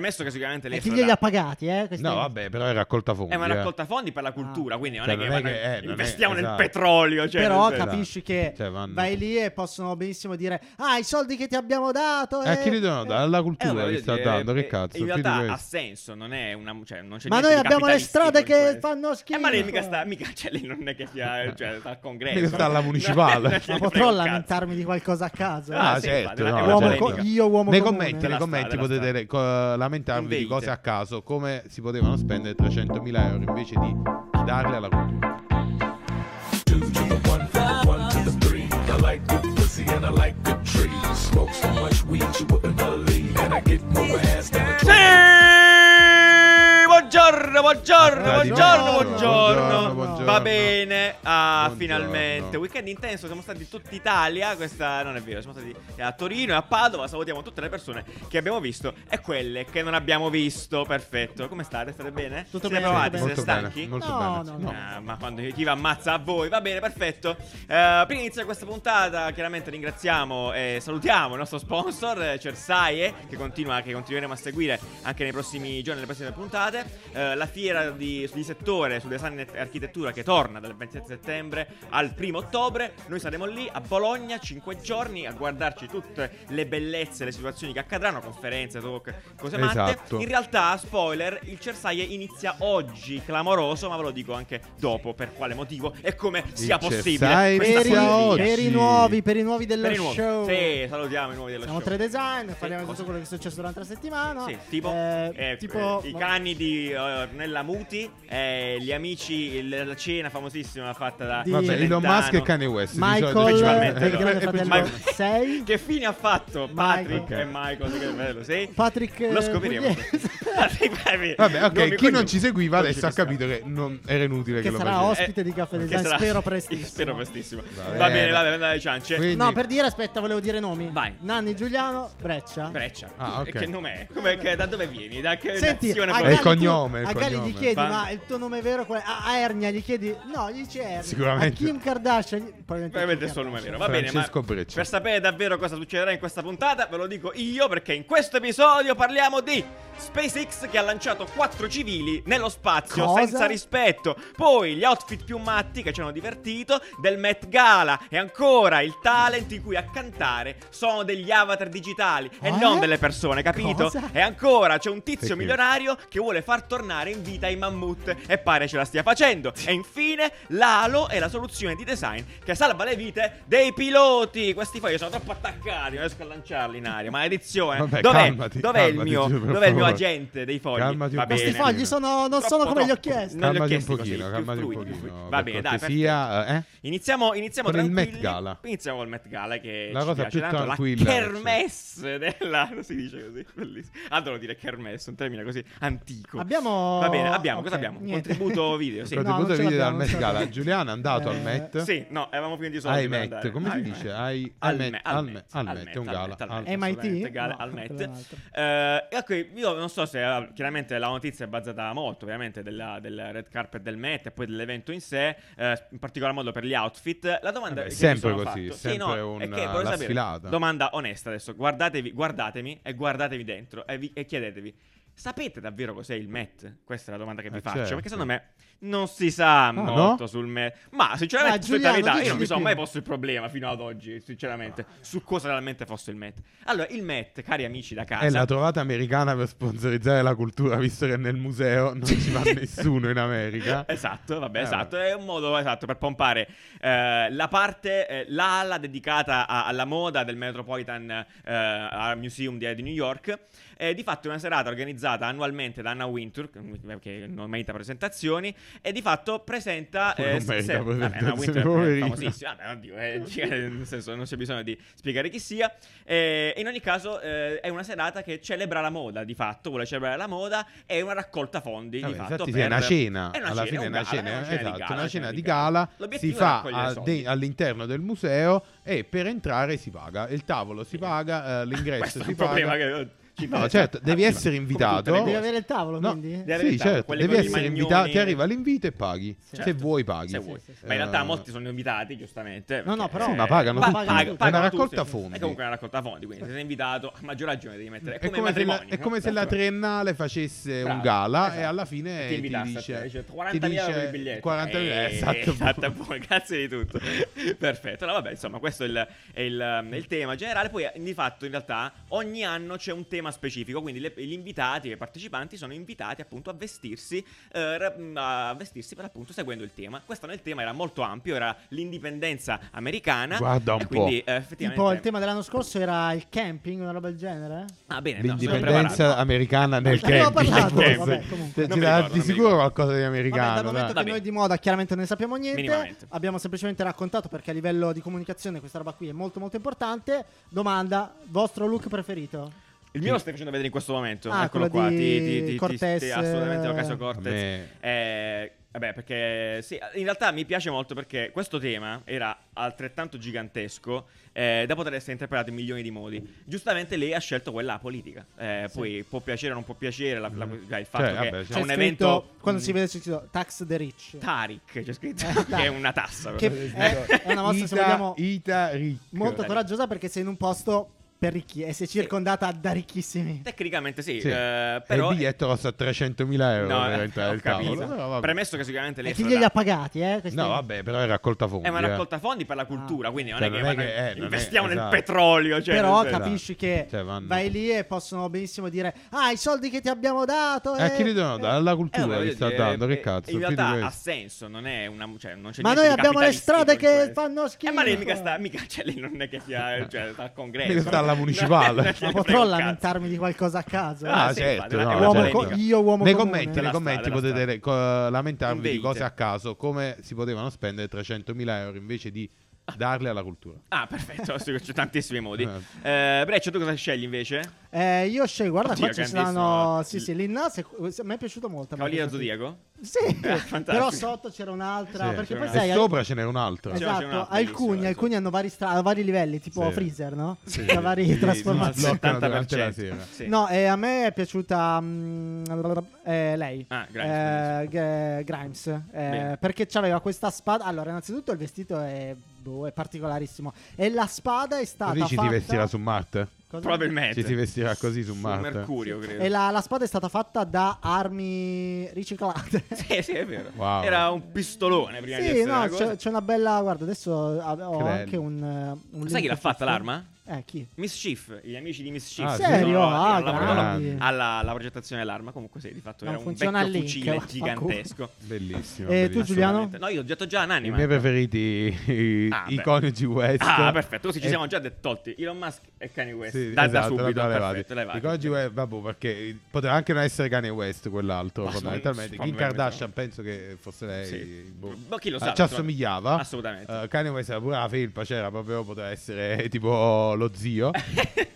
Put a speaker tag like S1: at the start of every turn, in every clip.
S1: Premesso che sicuramente lei
S2: E chi
S1: sarà-
S2: glieli ha pagati, eh? questi-
S3: No, vabbè, però è raccolta fondi.
S1: È una
S3: eh.
S1: raccolta fondi per la cultura,
S2: Ah.
S1: quindi non
S3: Cioè,
S1: è che,
S3: non è
S1: vanno-
S3: che- eh, non è-
S1: investiamo nel
S3: esatto.
S1: petrolio. Cioè,
S2: Però
S1: nel senso-
S2: capisci che
S3: Cioè, vanno-
S2: vai lì e possono benissimo dire Ah, i soldi che ti abbiamo dato
S3: Eh,
S2: eh,
S3: chi li devono dare? Alla cultura
S1: voglio
S3: li sta
S1: dire,
S3: dando,
S1: eh,
S3: che cazzo?
S1: In
S3: più di
S1: realtà ha
S3: questo.
S1: senso, non è una. Cioè, non c'è
S2: Ma
S1: niente
S2: noi
S1: di
S2: abbiamo le
S1: capitalistico
S2: strade
S1: in
S2: che
S1: questo.
S2: fanno
S1: Eh, ma lei mica
S2: schifo.
S1: sta, mica, cioè, lei non è che sia, cioè, sta al congresso.
S3: Mica sta alla
S1: No,
S3: municipale.
S1: non ce
S2: Ma
S1: ne
S2: potrò
S1: frega un
S2: lamentarmi di qualcosa a caso
S1: Ah,
S2: eh?
S1: sì, infatti, no,
S3: la
S1: uomo
S3: gente-
S1: co-
S2: io uomo comune.
S3: nei commenti,
S1: Della
S3: nei
S1: sta-
S3: commenti
S1: della
S3: potete
S1: sta.
S3: re- co- lamentarvi
S1: Invece.
S3: di cose a caso, come si potevano spendere 300.000 euro invece di darle alla cultura.
S4: Two to the one, from the one to the three. I like good pussy and I like good trees. Smoke so much weed you wouldn't believe, and I get more ass than a
S1: cazzo. Sì! Buongiorno, buongiorno,
S3: Ah, di
S1: buongiorno,
S3: buongiorno,
S1: buongiorno.
S3: buongiorno, buongiorno.
S1: Va bene. Ah,
S3: Buongiorno.
S1: finalmente. Weekend intenso, siamo stati in tutta Italia. Questa non è vero, siamo stati a Torino e a Padova. Salutiamo tutte le persone che abbiamo visto e quelle che non abbiamo visto. Perfetto. Come state? State bene?
S2: Tutto
S1: Siete
S2: bene,
S1: provati?
S2: tutto
S1: Siete
S3: molto bene,
S1: stanchi?
S3: molto
S2: No,
S3: bene.
S2: no, no.
S1: Ah, ma quando chi va ammazza a voi va bene perfetto Eh, prima di iniziare questa puntata chiaramente ringraziamo e salutiamo il nostro sponsor eh, Cersaie che continua che continueremo a seguire anche nei prossimi giorni nelle prossime puntate Eh, la fiera di, di settore su design e architettura che torna dal 27 settembre al 1 ottobre noi saremo lì a Bologna 5 giorni a guardarci tutte le bellezze le situazioni che accadranno conferenze talk cose matte
S3: Esatto.
S1: in realtà, spoiler, il Cersaie inizia oggi, clamoroso, ma ve lo dico anche dopo per quale motivo e come sia possibile.
S3: Cersaie
S1: questa
S2: per, i,
S3: Inizia
S1: follia.
S3: oggi.
S2: per i nuovi, per i nuovi dello
S1: Per i nuovi.
S2: show.
S1: Sì, salutiamo i nuovi dello
S2: Siamo
S1: show.
S2: tre design, parliamo
S1: cosa?
S2: di tutto quello che è successo durante la settimana.
S1: Sì, tipo,
S2: Eh,
S1: eh,
S2: tipo-
S1: eh, i cani di eh, Ornella Muti, eh, gli amici, il- la cena famosissima fatta da
S2: Di-
S3: Vabbè, Elon
S1: Celentano.
S3: Musk e Kanye West. di solito-
S2: Michael
S1: Principalmente,
S2: del
S1: allora.
S2: Grande
S3: Eh,
S2: Fratello
S1: principalmente.
S2: 6.
S1: Che fine ha fatto Patrick
S2: Michael.
S1: e Michael? Che bello, sì.
S2: Patrick,
S1: Lo
S2: eh,
S1: scopriremo.
S2: Pugliese.
S1: Patrick, eh,
S3: Vabbè, ok,
S1: nomi,
S3: chi non
S1: cognomi.
S3: ci seguiva adesso ha
S1: Oggi ci
S3: capito che non era inutile che,
S2: Che
S3: lo
S2: sarà
S3: facesse.
S2: ospite di Caffè
S1: Che
S2: Design,
S1: sarà-
S2: spero prestissimo.
S1: Spero prestissimo. Va
S3: Va
S1: bene, va bene,
S3: bene.
S1: dai, ciance.
S3: Quindi-
S2: No, per dire, aspetta, volevo dire nomi.
S1: Vai.
S2: Nanni Giuliano, Breccia.
S1: Breccia.
S3: Ah, ok.
S1: Che nome è? Come- che- da dove vieni? Da che
S2: Senti,
S1: nazione
S2: a
S1: provi-
S3: Gali- il cognome,
S2: tu-
S3: il
S2: a Gali gli
S3: cognome.
S2: chiedi,
S1: Fan-
S2: ma il tuo nome è vero? qual è? A, a Ernia gli chiedi, no, gli dice Ernia.
S3: Sicuramente.
S2: A Kim Kardashian, gli- probabilmente,
S1: Probabilmente
S2: Kim
S1: il suo nome è
S2: Kardashian.
S1: vero. Va bene, ma
S3: Francesco Breccia.
S1: per sapere davvero cosa succederà in questa puntata, ve lo dico io perché in questo episodio parliamo di SpaceX che ha lanciato quattro civili nello spazio
S2: Cosa?
S1: senza rispetto. Poi gli outfit più matti che ci hanno divertito del Met Gala e ancora il talent in cui a cantare sono degli avatar digitali e
S2: Eh?
S1: non delle persone, capito?
S2: Cosa?
S1: E ancora c'è un tizio
S3: Perché?
S1: milionario che vuole far tornare in vita i mammut e pare ce la stia facendo. E infine l'alo è la soluzione di design che salva le vite dei piloti. Questi poi sono troppo attaccati, non riesco a lanciarli in aria. Maledizione.
S3: Vabbè,
S1: dov'è
S3: calmati,
S1: dov'è il
S3: calmati,
S1: mio,
S3: giù, per
S1: dov'è il mio
S3: favore.
S1: agente dei fogli?
S3: Calmati un
S1: Va
S3: pochino.
S1: bene.
S2: Questi fogli sono- non sono come gli ho chiesto.
S1: Non li ho
S3: Calmati un
S1: chiesti così,
S3: pochino,
S1: più
S3: calmati un
S1: fluidi, più
S3: pochino.
S1: fluidi. Va bene, dai,
S3: sia, eh?
S1: Iniziamo, iniziamo
S3: Con il
S1: tranquilli.
S3: Met Gala.
S1: Iniziamo col Met Gala che
S3: La
S1: ci
S3: cosa
S1: piace
S3: più
S1: tanto,
S3: tranquilla,
S1: La kermesse della... Si dice così, bellissimo. Adoro dire kermesse, un termine così antico.
S2: Abbiamo...
S1: Va bene, abbiamo,
S2: ok,
S1: cosa abbiamo?
S2: niente.
S1: Contributo video, sì.
S3: Lo
S2: No, non
S3: dovuto
S2: ce
S3: vedere dal
S2: l'abbiamo, non
S3: Met
S2: ce
S3: Gala.
S2: l'abbiamo.
S3: Giuliano è andato
S2: Eh,
S3: al Met.
S1: Sì, no, avevamo finito i soldi
S3: Ai
S1: per
S3: Met,
S1: andare.
S3: come si
S1: Ai
S3: dice?
S1: Met.
S3: Ai
S1: Al
S3: al
S1: Met,
S3: Met,
S1: al
S3: al
S1: Met,
S3: Met, al
S1: al
S3: Met,
S1: Met,
S3: è un
S1: al
S3: gala.
S1: Met, al
S3: al-
S1: Met.
S2: MIT?
S1: Assolutamente, Gala,
S2: No,
S1: al Met.
S2: quello è un altro.
S1: Eh, ecco, io non so se eh, chiaramente la notizia è basata molto ovviamente della, del red carpet del Met e poi dell'evento in sé, eh, in particolar modo per gli outfit. La domanda
S3: Vabbè,
S1: che mi
S3: sempre
S1: sono
S3: così,
S1: fatto-
S3: sempre
S1: è
S3: un,
S1: che volevo
S3: la
S1: sapere,
S3: sfilata.
S1: Domanda onesta adesso, guardatevi, guardatemi e guardatevi dentro e, vi- e chiedetevi Sapete davvero cos'è il Met? Questa è la domanda che vi
S3: Eh,
S1: faccio,
S3: certo. Ah,
S1: perché secondo me non si sa
S3: no?
S1: molto sul Met. Ma sinceramente,
S2: Ma,
S1: sulla
S2: Ah,
S1: verità,
S2: Giuliano,
S1: io
S2: dici
S1: non mi
S2: di
S1: sono
S2: più.
S1: mai posto il problema fino ad oggi, sinceramente, su cosa realmente fosse il Met. Allora, il Met, cari amici da casa,
S3: È la trovata americana per sponsorizzare la cultura, visto che nel museo non ci va nessuno in America.
S1: Esatto, vabbè,
S3: Eh,
S1: esatto.
S3: vabbè.
S1: È un modo esatto per pompare eh, la parte, eh, l'ala dedicata a- alla moda del Metropolitan eh, Art Museum di, di New York. Eh, di fatto è una serata organizzata annualmente da Anna Wintour, che- che non merita presentazioni, e di fatto presenta... eh,
S3: Non merita
S1: vabbè, Anna
S3: presentazioni,
S1: Wintour è
S3: poverina.
S1: famosissima, vabbè, oddio, eh, cioè, nel senso non c'è bisogno di spiegare chi sia. Eh, in ogni caso eh, è una serata che celebra la moda, di fatto, vuole celebrare la moda, è una raccolta fondi,
S3: Vabbè,
S1: di fatto.
S3: infatti sì,
S1: per-
S3: è una cena,
S1: è una
S3: alla
S1: cena, è
S3: fine è
S1: un
S3: una
S1: gala,
S3: cena,
S1: è una cena di
S3: esatto,
S1: gala,
S3: una cena di gala, si
S1: L'obiettivo è
S3: fa
S1: raccogliere
S3: a-
S1: soldi.
S3: de- all'interno del museo e per entrare si paga, il tavolo si paga, eh, l'ingresso
S1: Questo è
S3: si
S1: un problema
S3: paga.
S1: che... eh,
S3: No, certo, devi essere invitato.
S1: Come tutte
S2: Devi
S1: le cose.
S2: avere il tavolo,
S3: No.
S2: quindi?
S1: Deve avere
S3: Sì,
S1: il tavolo,
S3: certo,
S1: quelle
S3: devi
S1: con i
S3: essere
S1: magnoni.
S3: invitato, ti arriva l'invito e paghi. Se
S1: Certo.
S3: vuoi paghi.
S1: Se vuoi.
S2: sì, sì.
S1: Ma in realtà
S3: Eh,
S1: molti sono invitati, giustamente.
S2: No, no,
S1: perché-
S2: però-
S3: Sì, ma pagano
S1: Pa-
S3: tutti.
S1: pag-
S3: È
S1: pagano
S3: una
S1: tutti,
S3: raccolta
S1: sì.
S3: fondi.
S1: È comunque una raccolta fondi, quindi se sei invitato a maggior ragione devi mettere. È,
S3: È
S1: come, i
S3: come, se la,
S1: matrimoni,
S3: è
S1: no?
S3: come se la triennale facesse
S1: Bravo,
S3: un gala
S1: esatto.
S3: e alla fine
S1: ti
S3: ti,
S1: invitasse a te,
S3: dice,
S1: dice,
S3: ti
S1: 40.000 euro
S3: dice
S1: il biglietto
S3: 40.000
S1: Eh,
S3: esatto,
S1: esatto, poi, grazie di tutto perfetto allora vabbè insomma questo è il, è il, è il tema generale poi eh, di fatto in realtà ogni anno c'è un tema specifico quindi le- gli invitati e i partecipanti sono invitati appunto a vestirsi eh, ra- a vestirsi per appunto seguendo il tema quest'anno il tema era molto ampio era l'indipendenza americana
S3: Guarda un
S1: e quindi eh, effettivamente
S2: Tipo il tema dell'anno scorso era il camping, una roba del genere.
S1: ah bene no, sono
S3: L'indipendenza
S1: preparato.
S3: americana nel
S2: Ne abbiamo
S3: camping.
S2: parlato,
S3: forse.
S2: vabbè, comunque.
S3: Te-
S1: Non
S3: ci
S1: mi
S3: dà
S1: ricordo,
S3: di
S1: non mi
S3: sicuro
S1: ricordo.
S3: qualcosa di
S2: Vabbè, dal
S3: americano.
S2: momento
S3: dai.
S1: Va
S2: che
S1: bene.
S2: noi di moda chiaramente non ne sappiamo niente,
S1: Minimamente.
S2: abbiamo semplicemente raccontato perché a livello di comunicazione questa roba qui è molto molto importante. Domanda, vostro look preferito?
S1: il mio lo stai facendo vedere in questo momento
S2: Ah,
S1: eccolo
S2: quello
S1: qua
S2: di
S1: ti, ti, ti- ti-
S2: Cortez, eh.
S1: ti- assolutamente Ocasio
S3: A
S1: Cortez
S3: me-
S1: Eh, vabbè, perché sì, in realtà mi piace molto perché questo tema era altrettanto gigantesco eh, da poter essere interpretato in milioni di modi. Giustamente lei ha scelto quella politica. Eh,
S2: Sì.
S1: Poi può piacere o non può piacere la- la- il fatto
S3: Cioè,
S1: che
S3: vabbè,
S1: c'è
S3: cioè-
S1: un
S2: C'è
S1: evento. mm.
S2: scritto- Quando
S1: mh,
S2: si vede c'è scritto Tax the Rich.
S1: Tariq, c'è scritto
S2: Eh,
S1: che è
S2: dai.
S1: una tassa.
S2: Che-
S1: proprio.
S2: eh, è una mossa, se
S3: Ita-
S2: vogliamo,
S3: Ita Rick.
S2: molto
S1: Eh.
S2: coraggiosa perché sei in un posto per ricchi e sei circondata da ricchissimi.
S1: Tecnicamente sì,
S3: Sì. eh,
S1: eh, però.
S3: E il biglietto costa 300.000 euro
S1: No, eh,
S3: per entrare
S1: ho
S3: al tavolo.
S1: capito.
S3: Però vabbè.
S1: Premesso che sicuramente lei
S2: E chi
S1: sarà-
S2: glieli ha pagati, eh? questi?
S3: No, vabbè, però è raccolta fondi.
S1: è una
S3: eh.
S1: raccolta fondi per la cultura, quindi non
S3: Cioè,
S1: è che,
S3: non è
S1: ma-
S3: che- eh, non è-
S1: investiamo nel
S3: esatto.
S1: petrolio. Cioè,
S2: Ah. Però
S1: nel-
S3: cap-
S2: capisci che
S3: Cioè, vanno-
S2: vai lì e possono benissimo dire Ah, i soldi che ti abbiamo dato
S3: Eh, a chi li
S2: eh,
S3: devono dare? Alla cultura
S1: Eh,
S3: li
S1: voglio
S3: sta
S1: dire,
S3: dando,
S1: eh,
S3: che cazzo?
S1: In
S3: più di
S1: realtà ha
S3: questo.
S1: senso, non è una. Cioè, non c'è
S2: Ma
S1: niente
S2: noi
S1: di
S2: abbiamo le
S1: capitalistico
S2: strade
S1: in
S2: che
S1: questo.
S2: fanno schifo.
S1: Eh, ma lei mica sta, mica, cioè, lei non è che sia, cioè, sta al congresso.
S3: Eh. Mica sta alla
S1: Non-
S3: municipale.
S1: non ce ne frega
S2: Ma potrò
S1: un cazzo.
S2: lamentarmi di qualcosa a caso eh?
S1: Ah,
S3: Ah,
S1: sì, infatti,
S3: certo,
S1: la-
S3: no, no,
S1: la
S2: Uomo
S3: certo.
S2: co- io uomo
S3: nei
S2: comune.
S3: commenti,
S1: Della
S3: nei
S1: strada,
S3: commenti
S1: della
S3: potete
S1: strada.
S3: le- co- lamentarvi di
S1: Invece.
S3: cose a caso, come si potevano spendere 300.000 euro invece di darle alla cultura.
S1: Ah, perfetto, sì, c'è tantissimi modi.
S3: Eh.
S1: Eh, Breccio, tu cosa scegli invece?
S2: Eh, io scelgo, guarda
S1: Oddio,
S2: qua ci
S1: grandissimo. eh.
S2: saranno Sì, sì, l'Inna se- se- mi è piaciuto molto
S1: Cavaliere
S2: mi è piaciuto.
S1: Zodiaco?
S2: Sì,
S1: Eh, fantastico.
S2: però sotto c'era un'altra
S3: Sì.
S2: Perché
S1: c'era
S2: poi
S1: una-
S2: sai
S3: e
S2: al-
S3: sopra ce n'è un altro.
S1: Cioè, c'è
S2: Esatto,
S1: una
S2: alcuni,
S1: bellissima,
S2: alcuni hanno vari, stra- vari livelli, tipo
S3: Sì.
S2: Freezer, no?
S3: Sì.
S2: Da vari
S3: Sì,
S2: trasformazioni.
S3: sì, sì. bloccano
S1: 70%.
S3: durante la sera.
S1: Sì.
S2: No, eh, a me è piaciuta mm, eh, lei.
S1: Ah,
S2: Eh,
S1: grazie.
S2: G- Grimes. eh,
S1: Bene.
S2: perché c'aveva questa spada. Allora, innanzitutto il vestito è, boh, è particolarissimo. E la spada è stata.
S3: Così ci si
S2: fatta...
S3: vestirà su Marte.
S2: Cosa?
S1: Probabilmente.
S3: Ci si vestirà così su
S1: Eh, Su
S3: Marte.
S1: Mercurio, credo.
S2: E la, la spada è stata fatta da armi riciclate.
S1: Sì, sì, è vero.
S3: Wow.
S1: Era un pistolone Eh, prima di
S2: sì,
S1: essere
S2: no,
S1: una cosa.
S2: c'è, c'è una bella. Guarda, adesso ho
S3: Che bello.
S2: anche un. eh, un
S1: Sai
S2: link
S1: chi l'ha
S2: su
S1: fatta
S2: Facebook.
S1: l'arma?
S2: Eh, chi?
S1: Mischief, gli amici di Mischief.
S3: Ah,
S1: Sì,
S2: Serio?
S1: no,
S2: Ah,
S1: hanno lavorato
S2: grandi.
S1: alla, alla progettazione dell'arma. Comunque, sì, di fatto
S2: Non
S1: era un
S2: funziona
S1: vecchio
S2: il link,
S1: fucile
S2: vaffanculo.
S1: gigantesco.
S3: Bellissimo.
S2: E tu,
S3: bellissimo.
S2: Giuliano?
S1: No, io ho detto già
S3: I
S1: un'anima.
S3: miei preferiti, i,
S1: Ah,
S3: i
S1: beh.
S3: coniugi West.
S1: Ah, perfetto, così ci
S3: E-
S1: siamo già de- tolti Elon Musk e Kanye West.
S3: Eh. Sì,
S1: da, da
S3: esatto,
S1: subito,
S3: l'abbiamo levati.
S1: perfetto, levati.
S3: I coniugi West, vabbè, perché poteva anche non essere Kanye West quell'altro,
S1: Ma sono-
S3: fondamentalmente.
S1: sono
S3: Kim
S1: veramente-
S3: Kardashian penso che fosse lei.
S1: Sì.
S3: boh.
S1: Ma chi lo sa,
S3: Ah, Ci
S1: insomma.
S3: assomigliava.
S1: Assolutamente.
S3: Eh, Kanye West era pure la felpa, c'era proprio, poteva essere tipo lo zio.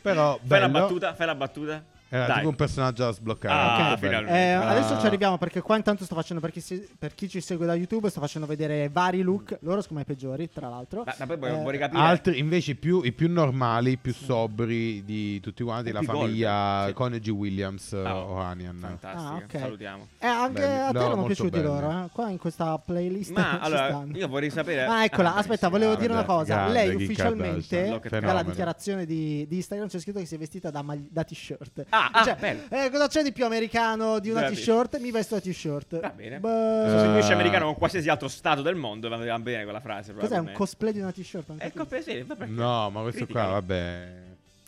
S3: Però
S1: Fai la
S3: bello.
S1: battuta, fai la battuta.
S3: Era
S1: Dai.
S3: tipo un personaggio da sbloccare.
S1: Ah,
S3: Molto bello.
S1: finalmente.
S2: Eh,
S3: Ah.
S2: Adesso ci arriviamo perché qua intanto sto facendo per chi, si- per chi ci segue da YouTube sto facendo vedere vari look, loro secondo me i peggiori tra l'altro.
S1: Ma, ma poi
S2: Eh,
S1: vorrei capire.
S3: Altri invece i più, i più normali, i più sobri di tutti quanti,
S1: Un
S3: la
S1: più
S3: famiglia
S1: gold, sì.
S3: coniugi Williams eh,
S1: Ah,
S3: Ohanian.
S1: Fantastico,
S2: Ah, ok.
S1: salutiamo.
S2: eh, anche
S3: Belli.
S2: a te
S3: No,
S2: erano
S3: molto
S2: piaciuti
S3: belli.
S2: loro, eh? qua in questa playlist ci
S1: Ma allora,
S2: stanno.
S1: io vorrei sapere.
S2: Ah, eccola,
S1: beh,
S2: aspetta,
S1: sì,
S2: volevo
S1: ah,
S2: dire una
S1: vabbè.
S2: cosa.
S3: grande
S2: Lei
S3: Kim
S2: ufficialmente,
S3: Kardashian,
S2: dalla
S3: fenomeno.
S2: dichiarazione di, di Instagram, c'è scritto che si è vestita da, mag- da t-shirt.
S1: Ah, ah,
S2: Cioè,
S1: bello.
S2: eh, cosa c'è di più americano di una
S1: Bravi.
S2: t-shirt? Mi vesto da t-shirt.
S1: Va bene.
S2: Beh,
S1: Se
S3: Eh,
S1: sei un pesce americano con qualsiasi altro stato del mondo va va bene quella frase.
S2: cos'è un
S1: probabilmente.
S2: cosplay di una t-shirt? Non
S1: Ecco,
S2: capisco.
S1: per- sì, va perché-
S3: No, ma questo qua,
S1: Criticalo.
S3: vabbè.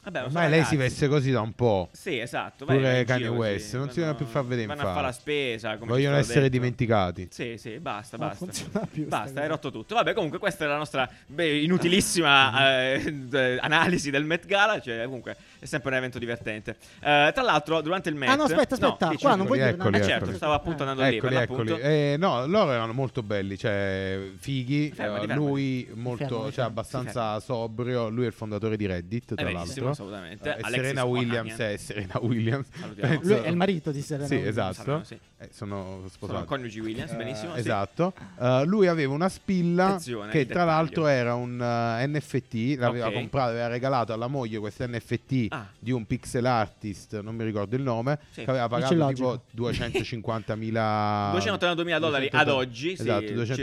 S1: Vabbè, ma
S3: Ormai lei si veste così da un po'.
S1: Sì, esatto.
S3: Pure
S1: vai, vai in
S3: Kanye
S1: giro
S3: West,
S1: così,
S3: non si vogliono più far vedere,
S1: Vanno a fare la
S3: infatti.
S1: spesa. Come
S3: Vogliono
S1: ci sono
S3: essere
S1: detto.
S3: dimenticati.
S1: Sì, sì, basta,
S2: Non
S1: basta.
S2: Ah, funziona più sta
S1: Basta, hai
S2: cosa.
S1: rotto tutto. Vabbè, comunque questa è la nostra beh, inutilissima eh, eh, analisi del Met Gala, cioè comunque è sempre un evento divertente. Eh, tra l'altro, durante il Met
S2: Ah no, aspetta,
S1: No,
S2: aspetta,
S1: dici-
S2: qua non vuoi dire
S3: Eccoli,
S1: Eh
S2: niente.
S1: certo,
S3: eccoli.
S1: stavo appunto
S2: Eh.
S1: andando lì per
S3: Eccoli,
S1: l'appunto.
S3: eccoli. Eh, no, loro erano molto belli, cioè fighi.
S1: Fermati,
S3: eh,
S1: fermati.
S3: lui molto,
S2: Fermati,
S3: cioè
S2: fermati.
S3: abbastanza sobrio. Lui è il fondatore di Reddit,
S1: Eh,
S3: tra
S1: benissimo,
S3: l'altro.
S1: Assolutamente.
S3: Eh,
S1: Alexis
S3: Serena
S1: Ohanian.
S3: Williams è Serena Williams.
S1: Salutiamo.
S3: Penso-
S2: Lui è il marito di Serena.
S3: Sì,
S2: Williams.
S3: esatto.
S1: Saranno, sì.
S3: Eh, sono sposato.
S1: Sono coniugi Williams,
S3: Eh,
S1: benissimo. sì.
S3: esatto. Eh, lui aveva una spilla
S1: Attenzione,
S3: che
S1: il
S3: tra
S1: dettaglio.
S3: l'altro era un eh, NFT, l'aveva
S1: Ok.
S3: comprato, aveva regalato alla moglie questo NFT
S1: Ah.
S3: di un pixel artist, non mi ricordo il nome,
S1: Sì.
S3: che aveva
S2: Dice
S3: pagato tipo
S2: logico.
S3: 250.000
S1: 282.000 dollari ad
S3: 280
S1: oggi, sì,
S3: Esatto, 282.000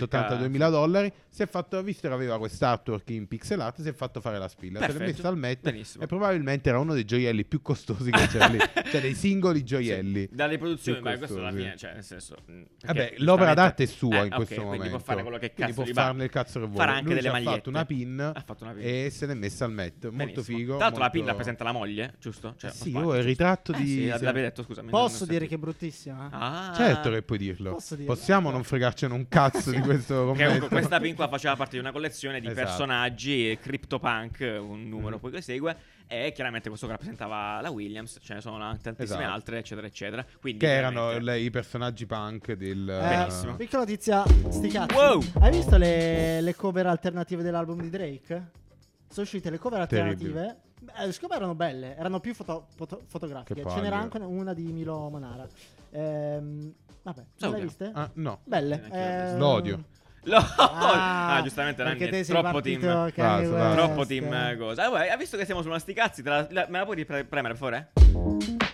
S1: circa-
S3: dollari. Si è fatto visto che aveva quest'artwork in pixel art, si è fatto fare la spilla, se l'è
S1: Perfetto.
S3: messa al Met
S1: Benissimo.
S3: e probabilmente era uno dei gioielli più costosi che c'era lì, cioè dei singoli gioielli.
S1: Sì, dalle produzioni,
S3: più
S1: ma questo alla
S3: costosi.
S1: fine, cioè, nel senso. mh, perché
S3: Vabbè, l'opera
S1: giustamente-
S3: d'arte è sua
S1: Eh,
S3: in
S1: ok,
S3: questo
S1: quindi
S3: momento.
S1: Può fare quello che
S3: Quindi
S1: cazzo
S3: può
S1: gli va.
S3: farne il cazzo che vuole.
S1: Farà anche
S3: Lui
S1: delle
S3: ci
S1: magliette.
S3: Ha fatto una pin,
S1: Ha fatto una pin.
S3: e se l'è messa al Met. Molto
S1: Benissimo.
S3: figo.
S1: Tra l'altro, la
S3: molto-
S1: PIN rappresenta la moglie, giusto? Cioè,
S3: Eh
S1: ho
S3: sì,
S1: sbagliato,
S3: oh, il
S1: giusto?
S3: ritratto
S1: Eh
S3: di.
S1: sì,
S3: sì.
S1: l'avevi detto, scusami. non-
S2: Posso
S1: non
S2: dire
S1: senti-
S2: che è bruttissima?
S1: Ah,
S3: Certo che puoi dirlo.
S2: Posso dirlo?
S3: Possiamo non fregarcene un cazzo di questo
S1: Perché
S3: commento.
S1: comunque questa pin qua faceva parte di una collezione di
S3: Esatto.
S1: personaggi, CryptoPunk, un numero
S3: Mhm.
S1: poi che segue, e chiaramente questo che rappresentava la Williams, ce ne sono anche tantissime
S3: Esatto.
S1: altre, eccetera, eccetera. Quindi,
S3: Che erano
S1: veramente-
S3: le- i personaggi punk del.
S2: Eh,
S1: Benissimo.
S2: Piccola notizia, sti cazzi.
S1: Wow.
S2: Hai visto le, le cover alternative dell'album di Drake? Sono uscite le cover
S3: Terribili.
S2: alternative. Eh, siccome erano belle, erano più foto- foto- fotografiche.
S3: Che
S2: Ce n'era anche
S3: palle.
S2: una di Milo Monara. Ehm, vabbè, non le hai
S1: Salutiamo.
S2: viste?
S3: Ah, no.
S2: Belle.
S1: Neanche io le ho viste.
S2: Ehm,
S3: L'odio.
S1: Lo- Ah, giustamente
S2: perché
S1: Nanni
S2: te
S1: è
S2: sei
S1: troppo
S2: partito,
S1: team.
S2: Kanye
S3: Basta, basta.
S1: Troppo
S2: West.
S1: team eh, cosa. Ah, vabbè, hai visto che siamo su una sticazzi? me la puoi ripre- premere, per favore?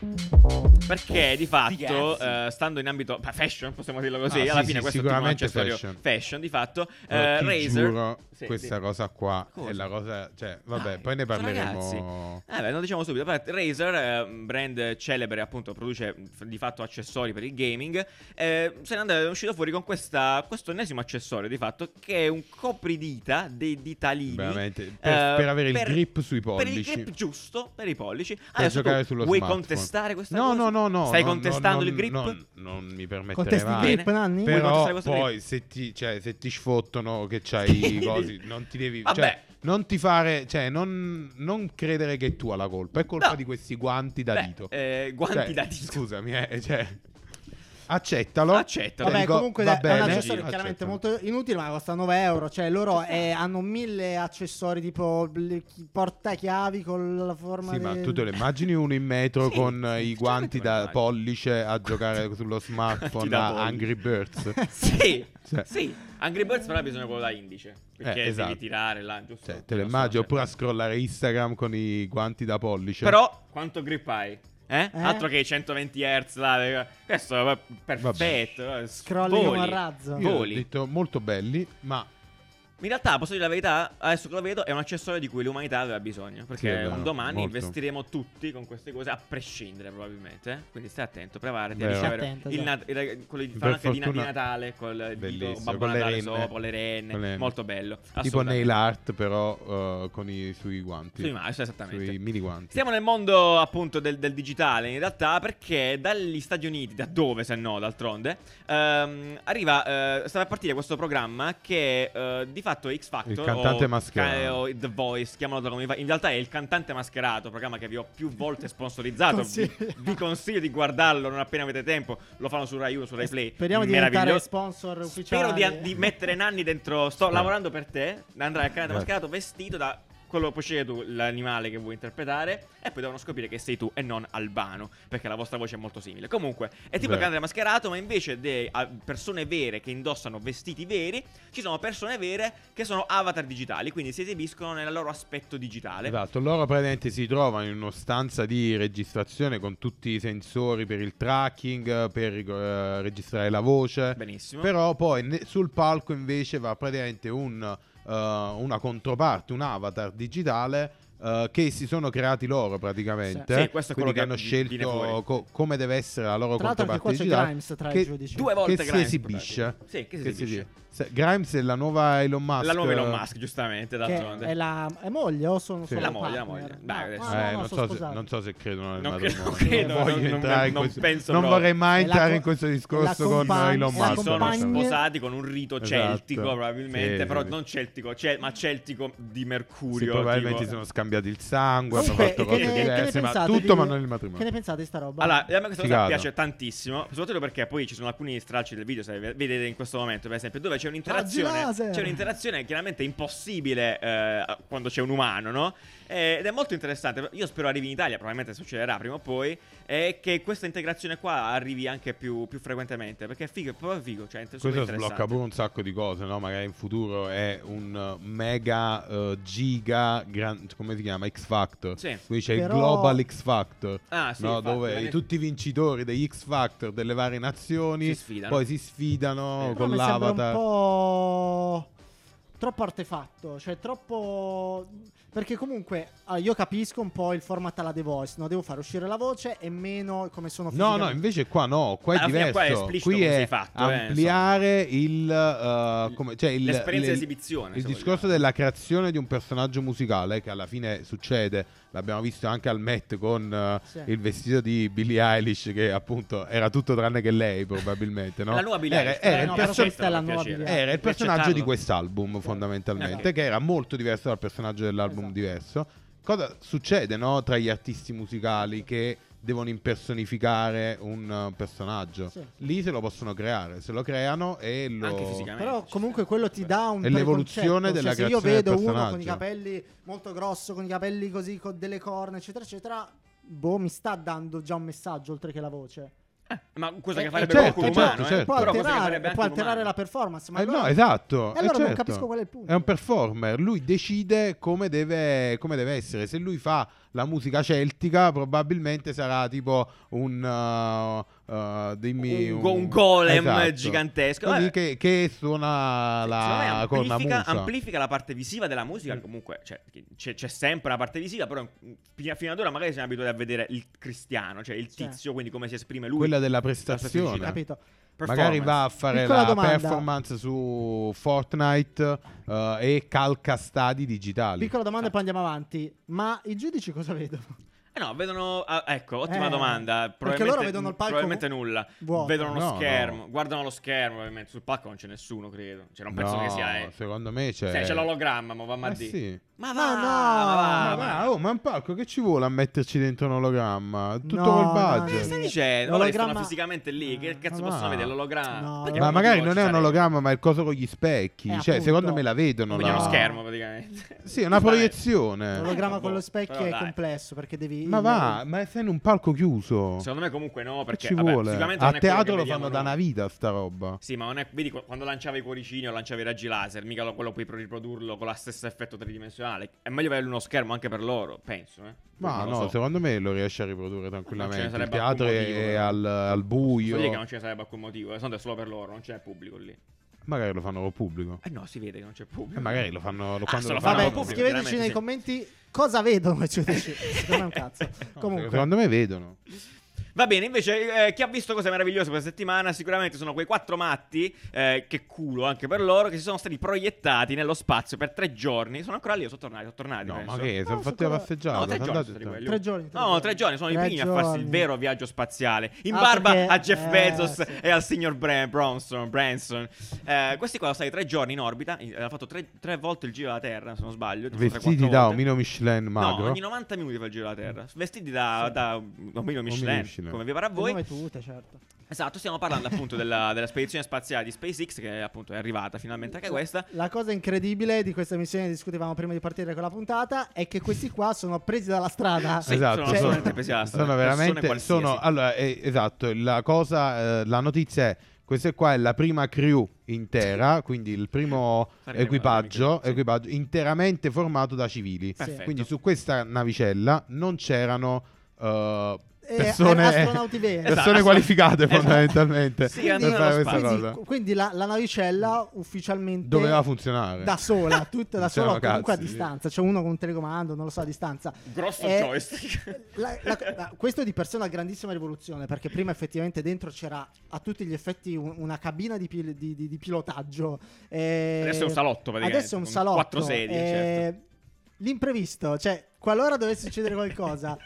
S1: Perché di fatto, eh, stando in ambito beh, fashion, possiamo dirlo così,
S3: Ah,
S1: alla
S3: sì,
S1: fine
S3: sì,
S1: questo è
S3: sicuramente
S1: un accessorio
S3: fashion.
S1: fashion, di fatto,
S3: Allora,
S1: eh,
S3: ti
S1: Razer...
S3: giuro,
S1: Sì,
S3: questa
S1: sì.
S3: cosa qua
S1: Cosa?
S3: è la cosa. Cioè, vabbè,
S1: Dai,
S3: poi ne
S1: sono
S3: parleremo.
S1: ragazzi. Eh, beh, non diciamo subito. Però Razer, eh, un brand celebre, appunto, produce f- di fatto accessori per il gaming. eh, se ne andava- è uscito fuori con questa, questo ennesimo accessorio, di fatto, che è un copridita dei ditalini.
S3: Veramente. Per,
S1: eh,
S3: per avere il
S1: per-
S3: grip sui pollici.
S1: Per il grip giusto, per i pollici. Adesso
S3: giocare
S1: tu
S3: sullo
S1: vuoi
S3: smartphone.
S1: contestare questa
S3: No,
S1: cosa?
S3: no, no, no.
S1: Stai
S3: no, no,
S1: contestando
S3: non-
S1: il grip?
S3: Non, non mi permetterei
S2: Contesti il
S3: mai.
S2: grip, Nanni?
S1: Vuoi contestare
S3: Però
S1: questo
S3: poi se ti, cioè, se ti sfottono che c'hai i cosi, non ti devi...
S1: Vabbè.
S3: Cioè, non ti fare... Cioè, non, non credere che tu hai la colpa. È colpa
S1: No.
S3: di questi guanti da
S1: Beh,
S3: dito.
S1: eh, guanti
S3: Cioè,
S1: da dito.
S3: Scusami, eh, cioè... Accettalo.
S1: Accettalo.
S3: Te
S2: Vabbè,
S3: dico,
S2: comunque
S3: va
S2: è
S3: bene,
S2: un accessorio
S3: accettalo.
S2: chiaramente molto inutile, ma costa 9 euro. Cioè, loro eh, hanno mille accessori tipo le chi- portachiavi con la forma
S3: Sì, ma
S2: del-
S3: tu te lo immagini uno in metro
S1: Sì,
S3: con eh,
S1: sì,
S3: i
S1: sicuramente
S3: guanti
S1: me lo
S3: da
S1: immagino.
S3: pollice a giocare sullo
S1: Guanti
S3: smartphone
S1: da
S3: a
S1: pollice.
S3: Angry Birds?
S1: Sì,
S3: Cioè.
S1: sì. Angry Birds però bisogna quello da indice. Perché
S3: esatto.
S1: devi tirare là, giusto?
S3: Cioè, te lo
S1: Non so,
S3: immagini?
S1: cioè.
S3: Oppure a scrollare Instagram con i guanti da pollice?
S1: Però, quanto grip hai? Eh?
S2: Eh?
S1: Altro che i 120 Hz là, eh, questo è va- perfetto. eh,
S2: Scrolli
S1: voli.
S2: come a razzo.
S3: Io ho
S1: Voli.
S3: detto molto belli, ma
S1: In realtà, posso dire la verità, adesso che lo vedo, è un accessorio di cui l'umanità aveva bisogno.
S3: Sì, è
S1: Perché
S3: vero,
S1: un domani
S3: molto.
S1: investiremo tutti con queste cose, a prescindere probabilmente. eh. Quindi stai attento, preparati a
S3: Vero.
S1: ricevere
S2: Stai attento,
S1: il
S2: sì.
S1: Nat- il- eh, quello di,
S3: Per
S1: fanno anche di, na- di
S3: fortuna-
S1: Natale, col dito
S3: Bellissimo,
S1: Babbo
S3: con le
S1: Natale
S3: renne.
S1: sopra, le renne.
S3: Con le renne.
S1: Molto bello.
S3: tipo
S1: assolutamente.
S3: nail art però eh, con i, sui guanti.
S1: Sui mouse, esattamente.
S3: Sui mini guanti.
S1: Stiamo nel mondo appunto del, del digitale in realtà perché dagli Stati Uniti, da dove se no d'altronde, ehm, arriva, eh, sta per partire questo programma che eh, di fatto è X Factor
S3: Il cantante
S1: o,
S3: mascherato.
S1: ca- o The Voice, chiamalo come vi fa, in realtà è il cantante mascherato, programma che vi ho più volte sponsorizzato, vi,
S2: Consiglio.
S1: vi consiglio di guardarlo non appena avete tempo, lo fanno su Rai 1, su Rai Play.
S2: Eh, Speriamo di diventare
S1: Meraviglioso.
S2: sponsor
S1: Spero di,
S2: ufficiali.
S1: di mettere Nanni dentro, sto
S3: Spero.
S1: lavorando per te, andrai al cantante
S3: Grazie.
S1: mascherato vestito da quello puoi scegliere tu l'animale che vuoi interpretare e poi devono scoprire che sei tu e non Albano perché la vostra voce è molto simile comunque è tipo
S3: Beh.
S1: il cantante mascherato ma invece di persone vere che indossano vestiti veri ci sono persone vere che sono avatar digitali quindi si esibiscono nel loro aspetto digitale
S3: Esatto, loro praticamente si trovano in una stanza di registrazione con tutti i sensori per il tracking, per eh, registrare la voce.
S1: benissimo
S3: Però poi ne- sul palco invece va praticamente un, eh, una controparte, un avatar digitale eh, che si sono creati loro praticamente.
S1: Sì, sì, questo è
S3: Quindi
S1: quello
S3: che
S1: che vi-
S3: hanno
S1: viene fuori.
S3: scelto co- come deve essere la loro
S2: Tra l'altro anche
S3: controparte
S2: qua c'è
S3: digitale.
S2: Grimes tra i
S3: che-
S2: giudici.
S1: due volte
S3: che si
S1: Grimes,
S3: esibisce.
S1: probabilmente. sì che si esibisce
S3: Se- Grimes è la nuova Elon Musk.
S1: la nuova Elon Musk giustamente
S2: Che
S1: d'altronde
S2: è la è moglie o sono
S3: Sì.
S2: solo
S1: La moglie, la
S2: partner?
S1: moglie. Dai,
S2: No,
S1: adesso.
S3: Eh,
S2: no, Ah, no, no, sono
S3: non, so se,
S2: sposati.
S3: non so se credono nel
S1: Non cre-
S3: matrimonio.
S1: non credo,
S3: voglio
S1: non- non-
S3: entrare in
S1: non
S3: questo-
S1: penso
S3: non
S1: proprio.
S3: vorrei
S2: È
S3: mai
S2: la
S3: entrare
S2: co-
S3: in questo
S2: è la
S3: discorso con
S2: compagna-
S3: Elon
S2: è la
S1: si
S3: Musk.
S1: sono
S2: compagne-
S1: sposati con un rito
S3: Esatto.
S1: celtico probabilmente,
S3: Sì,
S1: però
S3: sì, sì.
S1: non celtico, cel- ma celtico di
S3: Sì,
S1: mercurio.
S3: probabilmente
S1: tipo.
S3: si sono cambiato il sangue, hanno
S2: Comunque,
S3: fatto
S2: che,
S3: cose
S2: ne, che ne
S3: diverse, ma
S2: pensate
S3: tutto
S2: di-
S3: ma non il matrimonio.
S2: Che ne pensate di sta roba?
S1: Allora, a me questa cosa
S3: Figata.
S1: piace tantissimo, soprattutto perché poi ci sono alcuni stralci del video, se ve- vedete in questo momento, per esempio, dove c'è
S2: Raggi
S1: un'interazione,
S2: laser!
S1: c'è un'interazione chiaramente impossibile eh, quando c'è un umano, no? Eh, ed è molto interessante. Io spero arrivi in Italia, probabilmente succederà prima o poi, e che questa integrazione qua arrivi anche più, più frequentemente, perché è figo, è proprio figo, cioè è super
S3: Questo
S1: interessante.
S3: sblocca pure un sacco di cose, no? Magari in futuro è un eh, mega eh, giga, gran- come si chiama? X Factor.
S1: Sì.
S3: Quindi c'è
S2: Però-
S3: il Global X Factor.
S1: Ah, sì,
S3: no?
S1: infatti,
S3: dove
S1: veramente-
S3: i- tutti i vincitori degli X Factor delle varie nazioni
S1: Si sfidano.
S3: poi si sfidano
S1: Sì.
S2: Però
S3: con
S2: mi sembra un
S3: l'avatar.
S2: po' troppo artefatto, cioè troppo perché comunque ah, io capisco un po' il format alla The Voice, no? Devo far uscire la voce e meno come sono
S3: No, no,
S2: fisicamente.
S3: invece qua no, qua è
S1: Alla fine
S3: diverso.
S1: qua è esplicito
S3: qui
S1: come
S3: è
S1: sei fatto, eh,
S3: ampliare il, eh, come- cioè il-
S1: L'esperienza
S3: le-
S1: di esibizione.
S3: Il
S1: se
S3: discorso
S1: vogliamo.
S3: della creazione di un personaggio musicale che alla fine succede, l'abbiamo visto anche al Met con eh,
S2: Sì.
S3: il vestito di Billie Eilish che appunto era tutto tranne che lei probabilmente, no?
S1: La nuova Billie
S3: Era-
S1: Eilish,
S3: era
S1: eh,
S3: il
S1: no,
S3: perso-
S1: però questa
S2: era la
S1: mi
S2: nuova
S1: piaceva.
S2: Billie
S3: era il
S1: Per
S3: personaggio di
S1: accettarlo.
S3: quest'album fondamentalmente,
S1: Ok.
S3: che era molto diverso dal personaggio dell'album
S2: Esatto.
S3: diverso. Cosa succede no, tra gli artisti musicali che devono impersonificare un eh, personaggio?
S2: Sì.
S3: Lì se lo possono creare, se lo creano e lo...
S1: Anche fisicamente.
S2: Però comunque quello ti dà un
S3: eh, È l'evoluzione
S2: preconcetto,
S3: della
S2: cioè, se io
S3: creazione del
S2: vedo uno con i
S3: personaggio.
S2: capelli molto grosso, con i capelli così con delle corna, eccetera eccetera, boh, mi sta dando già un messaggio oltre che la voce.
S1: Ma cosa
S2: Eh,
S1: che
S2: eh,
S1: farebbe
S3: certo,
S1: qualcuno umano,
S3: certo,
S1: eh?
S3: certo.
S2: Può
S1: Però cosa che
S2: alterare,
S1: farebbe anche
S2: può
S1: un
S2: alterare
S1: umano.
S2: la performance, ma
S3: Eh,
S2: allora-
S3: no, esatto.
S2: E allora
S3: eh,
S2: non
S3: certo.
S2: capisco qual è il punto.
S3: È un performer, lui decide come deve, come deve essere. Se lui fa la musica celtica, probabilmente sarà tipo un. uh, uh, dimmi,
S1: Un go- un golem
S3: Esatto.
S1: gigantesco.
S3: Così
S1: Vabbè.
S3: Che, che suona
S1: Secondo me
S3: la corna
S1: amplifica,
S3: musa. Mm.
S1: amplifica la parte visiva della musica. Comunque cioè, c'è, c'è sempre la parte visiva, però mm, fino fino ad ora magari siamo abituati a vedere il cristiano, cioè il
S2: Sì.
S1: tizio, quindi come si esprime lui.
S3: Certo. Quella della
S1: felicità.
S3: prestazione.
S2: Capito?
S3: Magari
S1: Performance.
S3: va a fare
S2: Piccola
S3: la
S2: domanda.
S3: performance su Fortnite uh, e calca stadi digitali.
S2: Piccola domanda e poi andiamo avanti. Ma i giudici cosa vedono?
S1: Eh no, vedono... ah, ecco, ottima
S2: Eh,
S1: domanda.
S2: perché
S1: Probabilmente,
S2: loro vedono il palco
S1: probabilmente nulla.
S2: vuoto.
S1: Vedono uno
S3: No,
S1: schermo,
S3: no.
S1: guardano lo schermo, ovviamente. Sul palco non c'è nessuno, credo. Cioè, non penso
S3: No,
S1: che sia... eh.
S3: secondo me c'è.
S1: Cioè, c'è l'ologramma, ma va a
S3: Eh
S1: dire.
S3: sì.
S1: Ma
S2: Ma
S1: va,
S2: no,
S1: ma va,
S2: ma
S3: Ah,
S1: ma-
S3: ma, oh, ma un palco che ci vuole a metterci dentro un ologramma? Tutto
S2: No,
S3: col
S1: Che
S3: budget.
S1: stai
S2: no.
S1: dicendo? Ora che
S2: L'ologramma-
S1: stanno fisicamente lì, che cazzo
S3: Ma
S1: possono
S3: va.
S1: vedere l'ologramma?
S2: No,
S1: Perché
S3: Ma
S1: un
S3: magari
S1: motivo
S3: non
S1: ci
S3: è un
S1: sarebbe?
S3: ologramma, ma è il coso con gli specchi.
S2: Eh,
S3: cioè,
S2: appunto.
S3: secondo me la vedono.
S1: Quindi è uno
S3: la-
S1: schermo praticamente.
S3: Sì, è una
S2: Un
S3: proiezione.
S2: L'ologramma
S1: boh,
S2: con lo specchio
S1: però
S2: è
S1: dai.
S2: complesso perché devi.
S3: Ma va, ma sei in un palco chiuso.
S1: Secondo me comunque no,
S3: Che
S1: perché
S3: ci
S1: vabbè,
S3: vuole?
S1: sicuramente
S3: A
S1: non è quello
S3: teatro
S1: che
S3: lo
S1: vediamo
S3: fanno da
S1: noi.
S3: una vita, sta roba.
S1: Sì, ma non è vedi qu- quando lanciavi i cuoricini o lanciavi i raggi laser, mica lo- quello puoi riprodurlo con lo stesso effetto tridimensionale. È meglio avere uno schermo anche per loro, penso, eh.
S3: Ma
S1: Non lo
S3: no,
S1: so.
S3: secondo me lo riesce a riprodurre tranquillamente. Il
S1: sarebbe
S3: teatro
S1: alcun
S3: è,
S1: motivo,
S3: è
S1: però.
S3: al, al
S1: Vuol dire che
S3: buio.
S1: non ce ne sarebbe alcun motivo, eh, tanto è solo per loro, non c'è pubblico lì.
S3: Magari lo fanno col pubblico.
S1: Eh no, si vede che non c'è pubblico.
S3: E magari lo fanno lo-
S1: Ah,
S3: quando
S1: se lo
S3: lo fanno.
S1: fanno
S2: Vabbè,
S3: col
S1: col pubblico,
S2: scriveteci nei
S1: chiaramente, sì.
S2: commenti cosa vedono i giudici. Secondo me è un cazzo.
S3: No,
S2: Comunque,
S3: Secondo me vedono.
S1: Va bene, invece, eh, chi ha visto cose meravigliose questa settimana sicuramente sono quei quattro matti, eh, che culo anche per loro, che si sono stati proiettati nello spazio per tre giorni. Sono ancora lì, sono tornati, sono tornati.
S3: Ah, No,
S1: penso.
S3: ma che? Sono fatti
S2: secondo
S3: la
S2: me-
S1: No,
S3: passeggiata.
S1: tre giorni
S3: sono
S1: sono
S3: andati-
S1: stati quelli.
S2: tre giorni.
S1: No, tre giorni, sono i
S2: Tre
S1: primi a farsi il
S2: giorni.
S1: vero viaggio spaziale. In
S2: Ah,
S1: barba
S2: perché-
S1: a Jeff
S2: eh,
S1: Bezos
S2: sì.
S1: e al signor Bra- Bronson. Branson. Eh, questi qua sono stati tre giorni in orbita, in- hanno fatto tre, tre volte il giro della Terra, se non sbaglio. tipo tre,
S3: Vestiti
S1: quattro
S3: da
S1: volte.
S3: omino Michelin magro.
S1: No, ogni 90 minuti fa il giro della Terra. Vestiti da, da omino Michelin,
S3: Michelin.
S1: come vi pare a voi.
S2: Voi tutte, certo.
S1: Esatto, stiamo parlando appunto della, della spedizione spaziale di SpaceX che appunto è arrivata finalmente anche questa.
S2: La cosa incredibile di questa missione, discutevamo prima di partire con la puntata, è che questi qua sono presi dalla strada.
S1: Sì,
S3: esatto,
S1: sono
S2: assolutamente
S1: presi alla strada,
S3: sono
S1: persone
S3: veramente
S1: qualsiasi.
S3: sono, allora, eh, esatto, la cosa eh, la notizia è questa qua è la prima crew intera, quindi il primo
S1: Faremo la prima
S3: equipaggio,
S1: crew, sì.
S3: equipaggio interamente formato da civili.
S1: Perfetto.
S3: Quindi su questa navicella non c'erano eh,
S2: Eh,
S3: persone
S2: astronauti veri.
S3: persone
S1: Esatto.
S3: qualificate
S1: Esatto.
S3: fondamentalmente
S1: Sì,
S3: per
S1: andavano
S3: fare
S1: allo
S3: questa
S1: spazio.
S2: Quindi,
S3: cosa.
S2: quindi la, la navicella ufficialmente
S3: Doveva funzionare.
S2: da sola, tutta da
S3: Cioè,
S2: sola,
S3: ma
S2: comunque a
S3: cazzi.
S2: distanza. C'è uno con un telecomando, non lo so, a distanza.
S1: Grosso
S2: Eh,
S1: joystick.
S2: la- la- la- questo è di per sé una grandissima rivoluzione perché prima effettivamente dentro c'era a tutti gli effetti un- una cabina di, pil- di- di- di pilotaggio. eh,
S1: Adesso è un salotto, praticamente,
S2: Adesso è un
S1: con certo.
S2: salotto.
S1: quattro sedie,
S2: eh, L'imprevisto, cioè Qualora dovesse succedere qualcosa,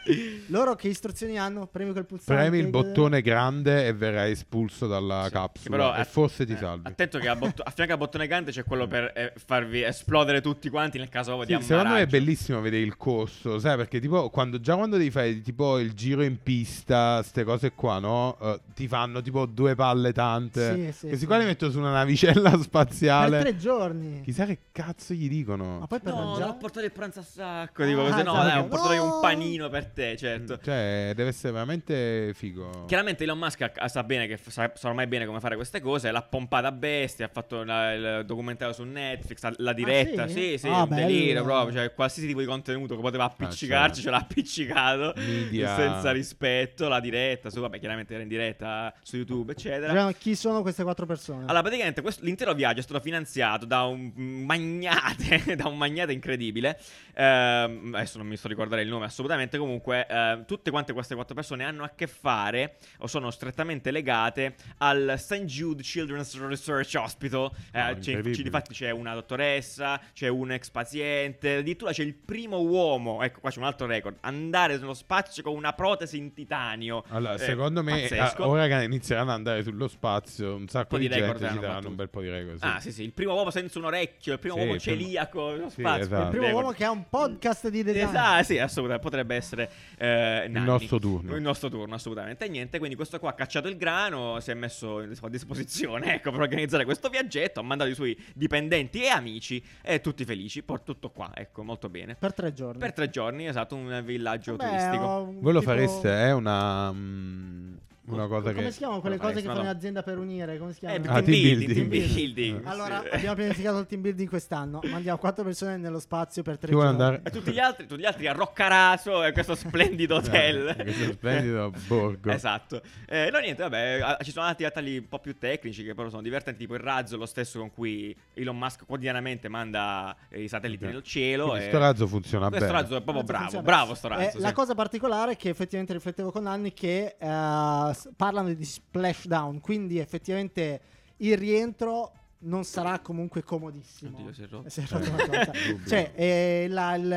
S2: loro che istruzioni hanno? Premi quel pulsante. eh,
S3: Premi il bottone grande e verrai espulso dalla
S1: Che
S3: capsula.
S1: però
S3: e
S1: att-
S3: forse ti
S1: eh,
S3: salvi.
S1: Attento che a, botto- a fianco al bottone grande c'è quello per eh, farvi esplodere tutti quanti nel caso di
S3: Sì, secondo me è
S1: ammaraggio.
S3: bellissimo vedere il costo, sai, perché tipo quando, già quando devi fare tipo il giro in pista, queste cose qua, no? Eh, ti fanno tipo due palle tante.
S2: Sì, sì,
S3: Questi
S2: sì.
S3: qua li metto su una navicella spaziale.
S2: Per tre giorni.
S3: Chissà che cazzo gli dicono.
S2: Ma poi per
S1: No,
S2: mangiare.
S1: non ho portato il pranzo a sacco. Dico,
S2: Ah,
S1: se no,
S2: esatto.
S1: dai, ho portato io
S2: No!
S1: un panino per te, certo.
S3: Cioè, deve essere veramente figo.
S1: Chiaramente Elon Musk ha- sa bene che f- sa, sa ormai bene come fare queste cose, l'ha pompata a bestia, ha fatto la- il documentario su Netflix, la- la diretta,
S2: sì?
S1: sì, sì,
S2: Ah,
S1: un delirio
S2: bello.
S1: proprio, cioè qualsiasi tipo di contenuto che poteva appiccicarci
S3: certo.
S1: ce l'ha appiccicato
S3: Media.
S1: senza rispetto, la diretta, su, vabbè chiaramente era in diretta su YouTube, eccetera.
S2: Vediamo Chi sono queste quattro
S3: eh.
S2: persone?
S1: Allora, praticamente questo- l'intero viaggio è stato finanziato da un magnate, da un magnate incredibile. Ehm, adesso non mi sto ricordare il nome assolutamente. Comunque, ehm, tutte quante queste quattro persone hanno a che fare o sono strettamente legate al St. Jude Children's Research Hospital. Eh,
S3: Ah,
S1: c'è-
S3: incredibile.
S1: difatti c'è una dottoressa, c'è un ex paziente, addirittura c'è il primo uomo, ecco qua c'è un altro record, andare nello spazio con una protesi in titanio.
S3: Allora,
S1: Eh,
S3: secondo me,
S1: pazzesco.
S3: ah, ora che inizieranno ad andare sullo spazio, un sacco
S1: po'
S3: di,
S1: di record
S3: gente ci
S1: hanno
S3: daranno
S1: battuto.
S3: un bel po' di record. sì.
S1: Ah, sì, sì, il primo uomo senza un orecchio, il primo
S3: Sì,
S1: uomo
S3: il primo-
S1: celiaco, lo
S3: Sì,
S1: spazio,
S3: esatto.
S2: il primo
S1: record.
S2: uomo che ha un podcast di design.
S1: Esatto, sì, assolutamente, potrebbe essere eh,
S3: Il
S1: Nanni.
S3: nostro turno.
S1: Il nostro turno, assolutamente. E Niente, quindi questo qua ha cacciato il grano, si è messo a disposizione, ecco, per organizzare questo viaggetto, ha mandato i suoi dipendenti e amici e tutti felici, por tutto qua, ecco, molto bene.
S2: Per tre giorni.
S1: Per tre giorni, esatto, un villaggio
S2: Vabbè, oh,
S1: turistico. Eh,
S2: ho un
S3: Voi lo
S2: tipo- Oh,
S3: fareste, eh? è una, mm, una cosa
S2: Come
S3: che...
S2: si chiamano quelle
S1: Vabbè,
S2: cose che
S1: no,
S2: fanno
S1: no.
S2: in azienda per unire? Come si
S1: Eh,
S2: chiamano?
S3: Ah,
S1: team
S3: team
S1: building, team
S3: building. Eh,
S1: building.
S2: Allora,
S1: Sì.
S2: abbiamo pianificato il team building quest'anno. Mandiamo quattro persone nello spazio per tre
S3: Chi vuole
S2: giorni.
S3: andare?
S1: E tutti gli altri, tutti gli altri a Roccaraso e questo splendido hotel.
S3: Eh, questo splendido boh, borgo.
S1: Esatto. Eh, no, niente, vabbè, ah, ci sono altri dettagli un po' più tecnici che però sono divertenti, tipo il razzo, lo stesso con cui Elon Musk quotidianamente manda eh, i satelliti
S3: Ok.
S1: nel cielo.
S3: Quindi
S1: e-
S3: sto razzo funziona
S1: Questo
S3: bene.
S1: razzo è proprio
S2: Razzo
S1: bravo,
S2: funziona.
S1: bravo sto razzo.
S2: Eh, La
S1: sì.
S2: cosa particolare è che effettivamente riflettevo con Anni che eh, s- parlano di splashdown, quindi effettivamente il rientro non sarà comunque comodissimo.
S1: Oddio, si è rotto.
S2: Si è rotto una cosa. cioè, eh, la- il,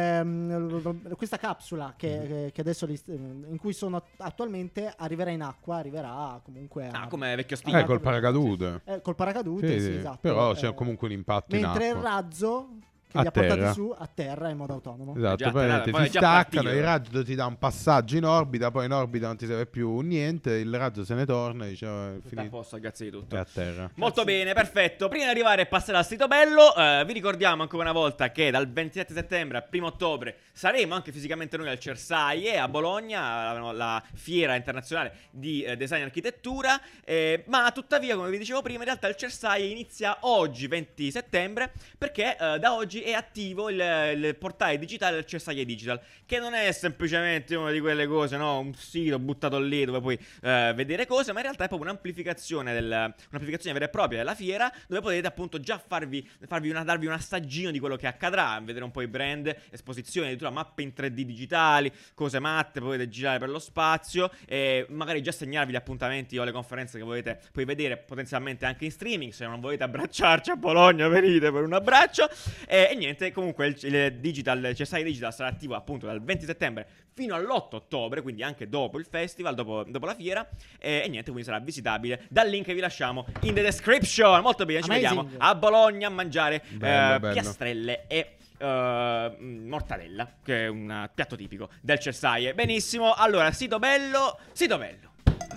S2: ehm, questa capsula
S3: Mm-hmm.
S2: che, che adesso li- in cui sono att- attualmente arriverà in acqua, arriverà comunque a-
S1: Ah, come vecchio stile.
S3: Eh, col paracadute.
S2: eh, col paracadute,
S3: Sì,
S2: sì,
S3: sì,
S2: esatto.
S3: Però
S2: Eh,
S3: c'è comunque un impatto in
S2: Mentre il
S3: acqua.
S2: razzo che
S3: A
S2: li ha portati
S3: terra.
S2: su a terra in modo autonomo.
S3: Esatto,
S1: Già,
S3: praticamente
S1: poi è
S3: si
S1: già
S3: staccano,
S1: partito.
S3: il razzo ti dà un passaggio in orbita, poi in orbita non ti serve più niente, il razzo se ne torna e dice, "Oh, è
S1: Tutto a
S3: finito.
S1: posto, grazie di tutto.
S3: È a terra.
S1: Molto bene, perfetto. Prima di arrivare e passare al sito bello, eh, vi ricordiamo ancora una volta che dal 27 settembre al 1 ottobre saremo anche fisicamente noi al Cersaie a Bologna, la, la fiera internazionale di eh, design e architettura. eh, ma tuttavia, come vi dicevo prima, in realtà il Cersaie inizia oggi, 20 settembre, perché eh, da oggi è attivo il, il portale digitale del Cersaie Digital, che non è semplicemente una di quelle cose, no? Un sito buttato lì dove puoi eh, vedere cose, ma in realtà è proprio un'amplificazione, del, un'amplificazione vera e propria della fiera, dove potete appunto già farvi, farvi una, darvi un assaggino di quello che accadrà, vedere un po' i brand, esposizioni, addirittura mappe in 3D digitali, cose matte, potete girare per lo spazio e magari già segnarvi gli appuntamenti o le conferenze che volete poi vedere potenzialmente anche in streaming, se non volete abbracciarci a Bologna venite per un abbraccio e, e niente, comunque il, il digital, il CSI Digital sarà attivo appunto dal 20 settembre fino all'8 ottobre, quindi anche dopo il festival, dopo, dopo la fiera. E, e niente, quindi sarà visitabile dal link che vi lasciamo in the description. Molto bene, ci
S2: Amazing.
S1: vediamo a Bologna a mangiare
S3: Bello,
S1: eh,
S3: bello.
S1: piastrelle e. eh, mortadella, che è un piatto tipico del Cersaie. Benissimo, allora, sito bello, sito bello.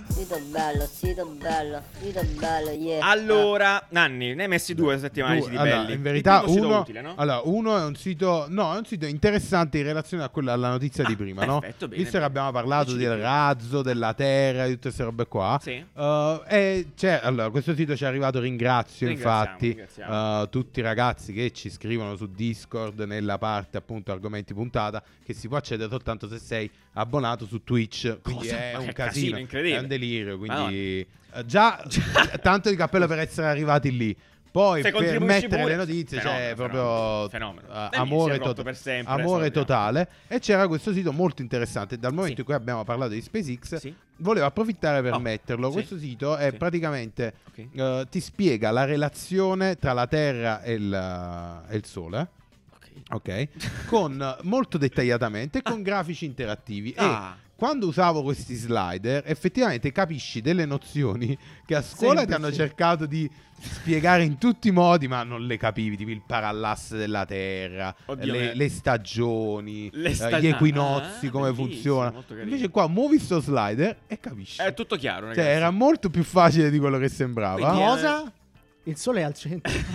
S5: Sito bello, sito bello, sito bello, yeah.
S1: Allora, Nanni, ne hai messi due questa settimana di
S3: Due-
S1: siti
S3: allora,
S1: belli.
S3: in verità
S1: Il primo sito
S3: uno,
S1: utile, no?
S3: allora, uno è un sito no, è un sito interessante in relazione a quella alla notizia
S1: Ah,
S3: di prima, no?
S1: perfetto, bene,
S3: Visto che
S1: bene.
S3: abbiamo parlato
S1: Dici di
S3: del
S1: più.
S3: razzo, della terra, di tutte queste robe qua.
S1: Sì.
S3: Eh, e c'è- allora, questo sito ci è arrivato, ringrazio
S1: Ringraziamo,
S3: infatti
S1: ringraziamo.
S3: eh, tutti i ragazzi che ci scrivono su Discord nella parte appunto argomenti puntata che si può accedere soltanto se sei abbonato su Twitch, quindi
S1: Cosa?
S3: è
S1: Ma
S3: un
S1: che
S3: casino,
S1: casino incredibile.
S3: è un delirio, quindi eh, già tanto di cappello per essere arrivati lì. Poi
S1: Se
S3: per
S1: contribuisci
S3: mettere
S1: pure-
S3: le notizie
S1: Fenomeno,
S3: c'è proprio
S1: fenomeno, fenomeno.
S3: eh,
S1: Eh, si
S3: amore,
S1: è rotto
S3: tot-
S1: per sempre,
S3: amore
S1: adesso abbiamo-
S3: totale. E c'era questo sito molto interessante. Dal momento
S1: Sì.
S3: in cui abbiamo parlato di SpaceX,
S1: Sì.
S3: volevo approfittare per
S1: Oh,
S3: metterlo.
S1: sì.
S3: Questo sito è
S1: Sì.
S3: praticamente
S1: Ok.
S3: eh, ti spiega la relazione tra la Terra e il, e il Sole.
S1: Ok.
S3: ok? Con eh, molto dettagliatamente, con grafici interattivi.
S1: Ah.
S3: E quando usavo questi slider, effettivamente capisci delle nozioni che a scuola ti
S2: Semplici.
S3: hanno cercato di spiegare in tutti i modi, ma non le capivi, tipo il parallasse della Terra,
S1: Oddio,
S3: le,
S1: me-
S3: le stagioni,
S1: Le
S3: eh,
S1: sta-
S3: gli equinozi,
S1: Ah,
S3: come
S1: bellissimo,
S3: funziona.
S1: molto carino.
S3: Invece qua muovi sto slider e capisci.
S1: È tutto chiaro, ragazzi.
S3: Cioè, era molto più facile di quello che sembrava.
S1: Quindi, eh,
S2: Cosa? Il sole è al centro.
S1: Sono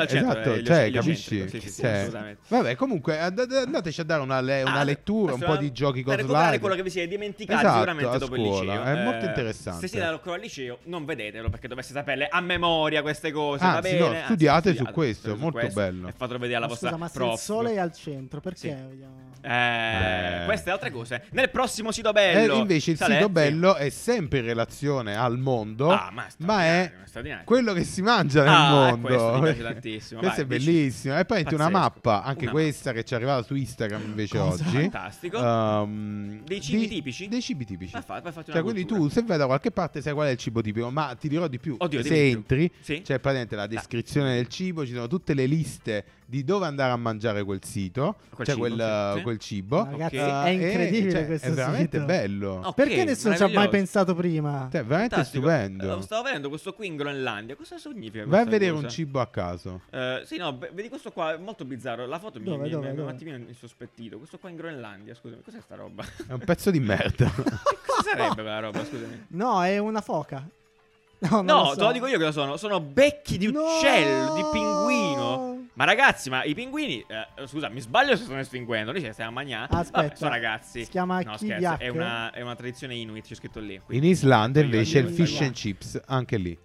S3: Eh,
S1: al centro,
S3: esatto,
S1: eh, gli
S3: cioè,
S1: oceani
S3: capisci?
S1: centrico, Sì, sì, sì,
S3: Cioè,
S1: assolutamente.
S3: vabbè, comunque and- and- andateci a dare una, le- una
S1: Ah,
S3: lettura, un
S1: questo
S3: po'
S1: è-
S3: di giochi con
S1: Per recuperare
S3: slide.
S1: quello che vi siete dimenticati
S3: Esatto,
S1: sicuramente
S3: a
S1: dopo il
S3: scuola.
S1: liceo.
S3: È molto
S1: Eh,
S3: interessante.
S1: Se siete ancora al liceo, non vedetelo perché dovreste saperle a memoria queste cose. va
S3: Anzi,
S1: bene?
S3: no,
S1: Anzi,
S3: studiate su
S1: studiate
S3: questo,
S1: su
S3: molto
S1: questo
S3: bello.
S1: E fatelo vedere alla
S2: Ma
S1: vostra
S2: Scusa, ma se
S1: prof.
S2: il sole è al centro, perché?
S1: Sì.
S2: Vediamo.
S1: Eh,
S3: Eh.
S1: queste altre cose. Nel prossimo sito
S3: Eh,
S1: bello.
S3: invece il
S1: Salezzi.
S3: sito bello è sempre in relazione al mondo,
S1: Ah, ma è
S3: ma è
S1: straordinario, è straordinario.
S3: quello che si mangia nel
S1: Ah, è
S3: mondo.
S1: questo, mi piace tantissimo.
S3: Questo
S1: Vai,
S3: è
S1: dici.
S3: bellissimo. E poi una
S1: Pazzesco.
S3: mappa, anche
S1: Una
S3: questa che ci è arrivata su Instagram invece
S2: Cosa?
S3: oggi.
S1: Ah, Fantastico.
S3: Ehm,
S1: Dei cibi
S3: di-
S1: tipici?
S3: Dei cibi tipici.
S1: Ma fa- poi fatti una
S3: Cioè, quindi
S1: cultura.
S3: tu se vai da qualche parte sai qual è il cibo tipico, ma ti dirò di più.
S1: Oddio,
S3: se
S1: dimmi di più.
S3: entri, cioè,
S1: Sì. Ah.
S3: c'è praticamente la descrizione del cibo, ci sono tutte le liste di dove andare a mangiare quel sito,
S1: Quel
S3: cioè
S1: cibo,
S3: quel,
S1: sì, Ah, sì.
S3: quel cibo.
S2: Ragazzi,
S1: Ok.
S2: è
S3: Eh,
S2: incredibile
S3: cioè,
S2: questo
S3: È veramente
S2: sito.
S3: bello.
S1: Ok,
S2: Perché nessuno ci ha mai
S1: meraviglioso.
S2: pensato prima?
S3: Cioè, è veramente
S1: Fantastico. Eh,
S3: stupendo.
S1: Stavo vedendo questo qui in Groenlandia. Cosa significa?
S3: Vai a
S1: questa
S3: vedere
S1: cosa?
S3: un cibo a caso.
S1: Eh, sì, no, be- vedi questo qua, è molto bizzarro. La foto mi,
S2: Dove,
S1: mi,
S2: dove,
S1: mi- un
S2: dove?
S1: attimino insospettito. Questo qua in Groenlandia, scusami, cos'è sta roba? che
S3: È un pezzo di merda.
S1: cosa sarebbe quella roba, scusami?
S2: No, è una foca. No, non
S1: No,
S2: lo so.
S1: te lo dico io cosa sono. Sono becchi di
S2: No!
S1: uccello, di pinguino. Ma ragazzi, ma i pinguini. eh, scusa, mi sbaglio se sono estinguendo. Lì c'è stiamo a magnà.
S2: Aspetta.
S1: Vabbè, sono ragazzi.
S2: Si chiama
S1: no, scherzo,
S2: Kiviak.
S1: è una, è una tradizione inuit, c'è scritto lì.
S3: In
S1: quindi-
S3: Islanda
S1: Quindi
S3: invece il
S1: ognuno
S2: Islanda.
S3: fish and chips, anche lì.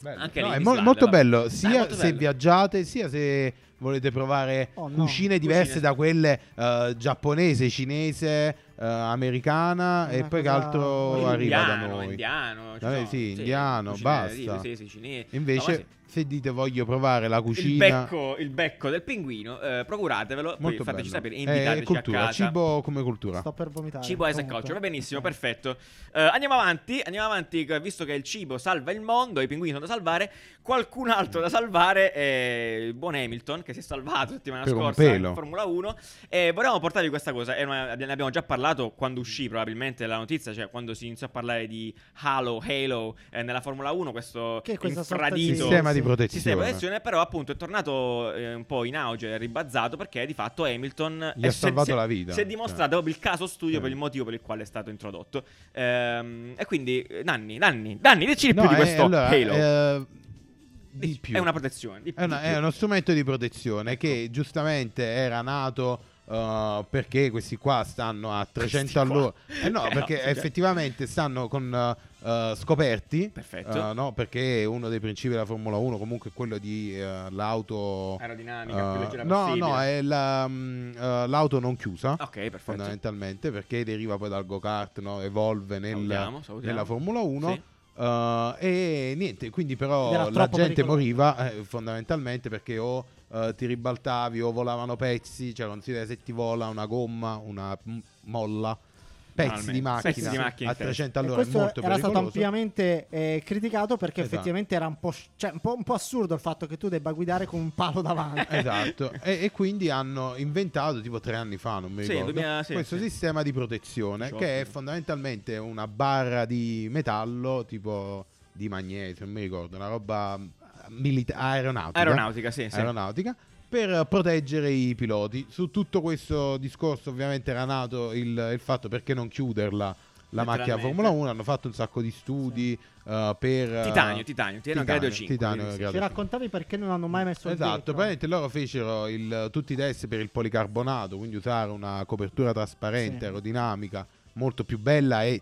S3: Bello.
S1: Anche
S3: No,
S1: lì
S3: è
S1: in
S3: mo-
S1: Islanda,
S3: molto
S1: vabbè.
S3: bello, sia
S1: Ah, è molto
S3: se
S1: bello.
S3: viaggiate, sia se volete provare
S2: Oh, no.
S3: cucine diverse
S1: Cucine.
S3: da quelle eh, giapponese, cinese, eh, americana e
S2: Una
S3: poi che
S2: cosa-
S3: altro
S2: Indiano,
S3: arriva da
S1: Indiano,
S3: noi.
S1: Indiano. ci
S3: Vabbè,
S1: sono,
S3: sì, indiano,
S1: cucine
S3: basta.
S1: native, Sì, sì, cinese. No,
S3: Invece
S1: ma sì.
S3: se dite voglio provare la
S1: il
S3: cucina...
S1: becco, il becco del pinguino, eh, procuratevelo, poi
S3: Molto
S1: fateci
S3: bello. Eh,
S1: sapere,
S3: È
S1: invitateci
S3: cultura,
S1: a casa.
S3: cibo come cultura.
S2: Sto per vomitare.
S1: Cibo as a
S2: comunque.
S1: culture, va benissimo, perfetto. Eh, andiamo avanti, andiamo avanti, eh, visto che il cibo salva il mondo, i pinguini sono da salvare, qualcun altro da salvare è il buon Hamilton che si è salvato settimana
S3: Per un
S1: scorsa
S3: pelo.
S1: in Formula 1 e volevamo portarvi questa cosa, è una- ne abbiamo già parlato quando uscì probabilmente la notizia, cioè quando si iniziò a parlare di Halo, Halo eh, nella Formula 1, questo
S2: Che è questa sorta di-
S1: infradito
S3: Sistema di
S2: Sì.
S3: protezione.
S1: sistema di protezione, però appunto è tornato eh, un po' in auge, è ribazzato perché di fatto Hamilton
S3: Gli
S1: eh,
S3: ha
S1: si è-
S3: salvato
S1: si è-
S3: la vita.
S1: Si
S3: cioè.
S1: è dimostrato proprio il caso studio
S3: Sì.
S1: per il motivo per il quale è stato introdotto. Ehm, e quindi, eh, Nanni, Nanni, Nanni, dici di più
S3: No,
S1: di
S3: eh,
S1: questo
S3: allora,
S1: Halo.
S3: eh, di
S1: Dici,
S3: più.
S1: È una protezione. di-
S3: È, una-
S1: di
S3: è
S1: più.
S3: uno strumento di protezione che giustamente era nato uh, perché questi qua stanno a 300
S1: Questi qua.
S3: all'ora. Eh no,
S1: Eh no,
S3: perché
S1: sì, cioè.
S3: effettivamente stanno con uh, uh, scoperti.
S1: Perfetto.
S3: uh, no, perché uno dei principi della Formula 1 comunque è quello di uh, l'auto...
S1: Aerodinamica, più
S3: uh,
S1: leggera
S3: no,
S1: possibile.
S3: no, è la, mm, uh, l'auto non chiusa.
S1: Ok, perfetto.
S3: Fondamentalmente perché deriva poi dal go-kart, no? evolve nel-
S1: Salutiamo, salutiamo.
S3: nella Formula 1.
S1: Sì.
S3: Uh, e niente, quindi però
S2: Ed era
S3: la gente
S2: troppo pericoloso.
S3: moriva eh, fondamentalmente perché o eh, ti ribaltavi o volavano pezzi, cioè considera se ti vola una gomma, una m- molla, pezzi di
S1: Banalmente.
S3: macchina,
S1: Pezzi di macchina
S3: a
S1: in testa.
S3: 300
S2: E
S3: all'ora è
S2: questo
S3: molto
S2: era stato
S3: pericoloso.
S2: ampiamente eh, criticato perché
S3: Esatto.
S2: effettivamente era un po', sci- cioè, un po'- un po' assurdo il fatto che tu debba guidare con un palo davanti.
S3: Esatto, e, e quindi hanno inventato tipo tre anni fa, non mi
S1: Sì,
S3: ricordo,
S1: 2000, sì,
S3: questo
S1: sì.
S3: sistema di protezione
S1: 18.
S3: che è fondamentalmente una barra di metallo tipo di magnesio, non mi ricordo, una roba mm, milita- aeronautica,
S1: Aeronautica, sì, sì.
S3: aeronautica, per proteggere i piloti. Su tutto questo discorso ovviamente era nato il, il fatto perché non chiuderla. La macchina
S1: Letteralmente.
S3: Formula 1 hanno fatto un sacco di studi eh, per eh,
S1: Titanio, titanio, titanio grado 5,
S3: titanio
S1: quindi sì.
S3: grado
S2: Ci
S3: 5.
S2: raccontavi perché non hanno mai messo il
S3: Esatto,
S2: vetro.
S3: praticamente loro fecero il- tutti i test per il policarbonato, quindi usare una copertura trasparente,
S2: Sì.
S3: aerodinamica, molto più bella e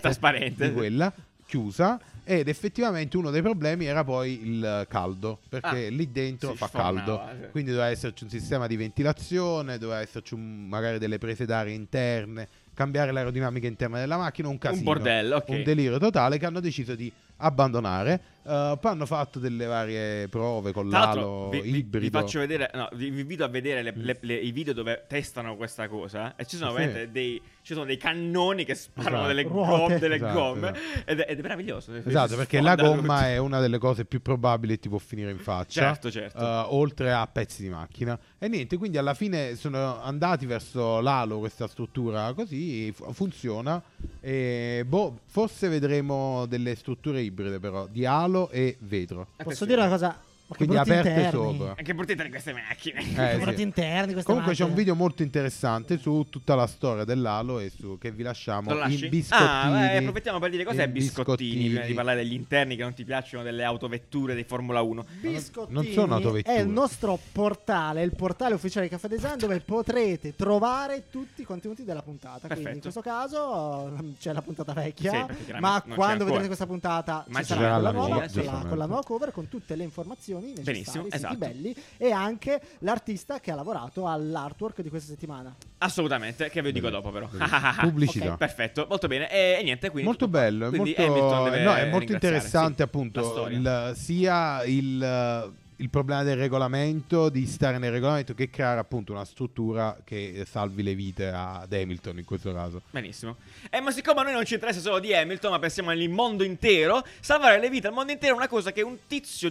S1: Trasparente.
S3: di quella, chiusa, ed effettivamente uno dei problemi era poi il caldo, perché
S1: Ah,
S3: lì dentro
S1: si
S3: fa
S1: sfornava,
S3: caldo,
S1: sì.
S3: quindi doveva esserci un sistema di ventilazione, doveva esserci un- magari delle prese d'aria interne, cambiare l'aerodinamica interna della macchina, un casino
S1: Un bordello, ok.
S3: un delirio totale che hanno deciso di abbandonare eh, poi hanno fatto delle varie prove con
S1: Tra l'altro,
S3: l'alo
S1: vi, vi- vi
S3: ibrido. Mm.
S1: faccio vedere, no, vi, vi invito a vedere le- le- le- i video dove testano questa cosa. eh, E ci sono
S3: Sì.
S1: veramente dei, ci sono dei cannoni che sparano
S3: Esatto.
S1: delle,
S2: Ruote.
S1: gomme, delle
S3: Esatto,
S1: gomme.
S3: esatto.
S1: Ed, è, ed è meraviglioso.
S3: Esatto,
S1: Si
S3: perché la
S1: sfonda
S3: gomma
S1: tutto.
S3: è una delle cose più probabili che ti può finire in faccia.
S1: Certo, certo.
S3: eh, oltre a pezzi di macchina. E niente, quindi alla fine sono andati verso l'alo questa struttura così, fu- funziona. E boh, forse vedremo delle strutture ibride però, di alo e vetro.
S2: Posso dire una cosa? Ma che
S3: Quindi
S2: brutti
S3: aperte
S2: interni.
S3: sopra.
S1: Anche bruttita di queste macchine.
S3: Eh,
S2: Che brutti
S3: sì.
S2: interni queste
S3: Comunque c'è un
S2: macchine.
S3: video molto interessante su tutta la storia dell'alo e su che vi lasciamo
S1: Lo lasci?
S3: in biscottini.
S1: Ah, beh, approfittiamo per dire cos'è
S3: in
S1: biscottini, prima di parlare degli interni che non ti piacciono delle autovetture di Formula 1.
S2: Biscottini
S3: Non sono autovetture.
S2: È il nostro portale, il portale ufficiale di Caffè Design dove potrete trovare tutti i contenuti della puntata. Quindi in
S1: Perfetto.
S2: questo caso eh, c'è la puntata
S1: Sì,
S2: vecchia,
S1: perché chiaramente
S2: ma
S1: non c'è
S2: quando
S1: ancora.
S2: vedrete questa puntata
S1: Ma
S2: ci
S1: ci
S2: sarà,
S3: sarà
S2: quella
S3: la
S2: nuova, con,
S3: regia,
S2: la,
S3: giustamente.
S2: con la nuova cover con tutte le informazioni necessarie,
S1: Benissimo,
S2: i siti
S1: esatto.
S2: belli e anche l'artista che ha lavorato all'artwork di questa settimana.
S1: Assolutamente, che ve lo dico dopo però.
S3: Bene. Pubblicità.
S1: Ok, perfetto, molto bene. E, e niente, quindi...
S3: molto
S1: tutto qua.
S3: bello, è
S1: Quindi
S3: molto,
S1: Hamilton deve
S3: no, è molto
S1: ringraziare,
S3: interessante
S1: sì, la
S3: appunto
S1: storia.
S3: il- sia il, il problema del regolamento, di stare nel regolamento, che creare appunto una struttura che salvi le vite ad Hamilton in questo caso.
S1: Benissimo. Eh, ma siccome a noi non ci interessa solo di Hamilton, ma pensiamo al mondo intero, salvare le vite al mondo intero è una cosa che un tizio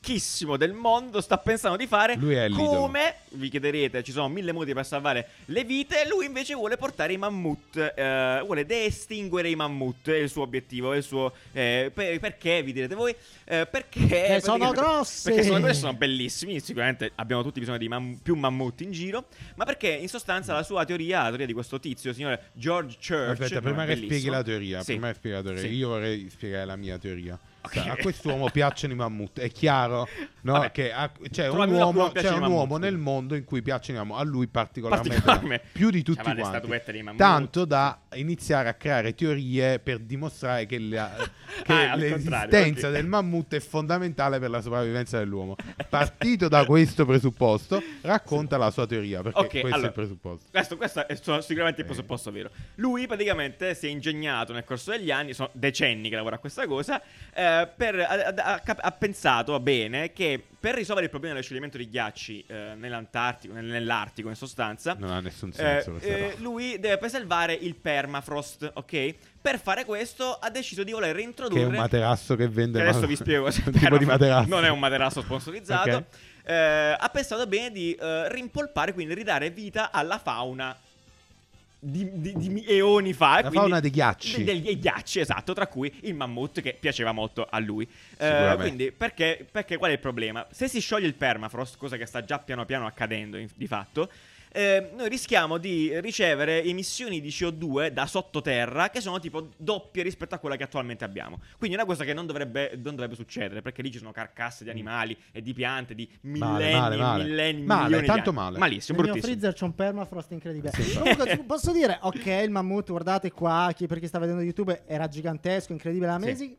S1: ricchissimo del mondo sta pensando di fare.
S3: Lui è l'idolo.
S1: Come, vi chiederete, ci sono mille modi per salvare le vite, lui invece vuole portare i mammut, eh, vuole deestinguere i mammut, è il suo obiettivo, è il suo... eh, per- perché, vi direte voi? Eh, perché...
S2: Che sono
S1: praticamente-
S2: grossi!
S1: Perché sono grossi, sono bellissimi, sicuramente abbiamo tutti bisogno di mam- più mammut in giro, ma perché in sostanza la sua teoria, la teoria di questo tizio, signore George Church...
S3: Aspetta,
S1: no,
S3: prima
S1: è
S3: che
S1: bellissimo.
S3: spieghi la teoria,
S1: Sì.
S3: prima che spieghi la teoria,
S1: Sì.
S3: io vorrei spiegare la mia teoria.
S1: Ok.
S3: Cioè, a quest'uomo piacciono i mammut, è chiaro? No,
S1: Vabbè.
S3: che a- c'è
S1: Troviamo
S3: un
S1: qualcuno
S3: uomo,
S1: che piace
S3: c'è
S1: i
S3: un
S1: mammut,
S3: uomo
S1: quindi.
S3: nel mondo in cui piacciono i mammut, a lui particolarmente,
S1: Particolarmente.
S3: più di tutti
S1: Cioè, va le statuette dei
S3: quanti.
S1: mammut.
S3: Tanto da iniziare a creare teorie per dimostrare che, la- che
S1: Ah, al contrario,
S3: l'esistenza
S1: ok.
S3: del mammut è fondamentale per la sopravvivenza dell'uomo. Partito da questo presupposto, racconta la sua teoria, perché
S1: Ok,
S3: questo
S1: allora,
S3: è il presupposto.
S1: Questo, questo è so- sicuramente il
S3: Eh.
S1: presupposto vero. Lui praticamente si è ingegnato nel corso degli anni, sono decenni che lavora a questa cosa, eh, per- ha, ha- ha cap- ha pensato bene che per risolvere il problema del scioglimento di ghiacci eh, nell'Antartico, nel- nell'Artico in sostanza,
S3: Non ha nessun
S1: Eh,
S3: senso questa
S1: eh,
S3: roba.
S1: lui deve preservare il permafrost, ok? Per fare questo ha deciso di voler reintrodurre
S3: Che è un materasso che vende.
S1: che adesso
S3: ma-
S1: vi spiego cos'è
S3: un tipo di
S1: Terraform.
S3: materasso.
S1: Non è un materasso sponsorizzato.
S3: Ok.
S1: Eh, ha pensato bene di eh, rimpolpare, quindi ridare vita alla fauna di, di- di mi- eoni fa.
S3: La fauna dei ghiacci.
S1: Dei, dei ghiacci, esatto, tra cui il mammut che piaceva molto a lui. Eh,
S3: Sicuramente.
S1: quindi, perché, perché qual è il problema? Se si scioglie il permafrost, cosa che sta già piano piano accadendo in- di fatto, eh, noi rischiamo di ricevere emissioni di CO2 da sottoterra che sono tipo doppie rispetto a quella che attualmente abbiamo. Quindi è una cosa che non dovrebbe, non dovrebbe succedere, perché lì ci sono carcasse di animali e di piante di
S3: Mm. Male,
S1: millenni,
S3: male, male.
S1: millenni,
S3: Male,
S1: milioni di
S3: tanto
S1: anni.
S3: male.
S1: Malissimo,
S2: Nel mio
S1: bruttissimo.
S2: freezer c'è un permafrost incredibile. Comunque, tu- posso dire, ok, il mammut, guardate qua, chi, per chi sta vedendo YouTube, era gigantesco, incredibile la
S1: Sì.
S2: Mesi.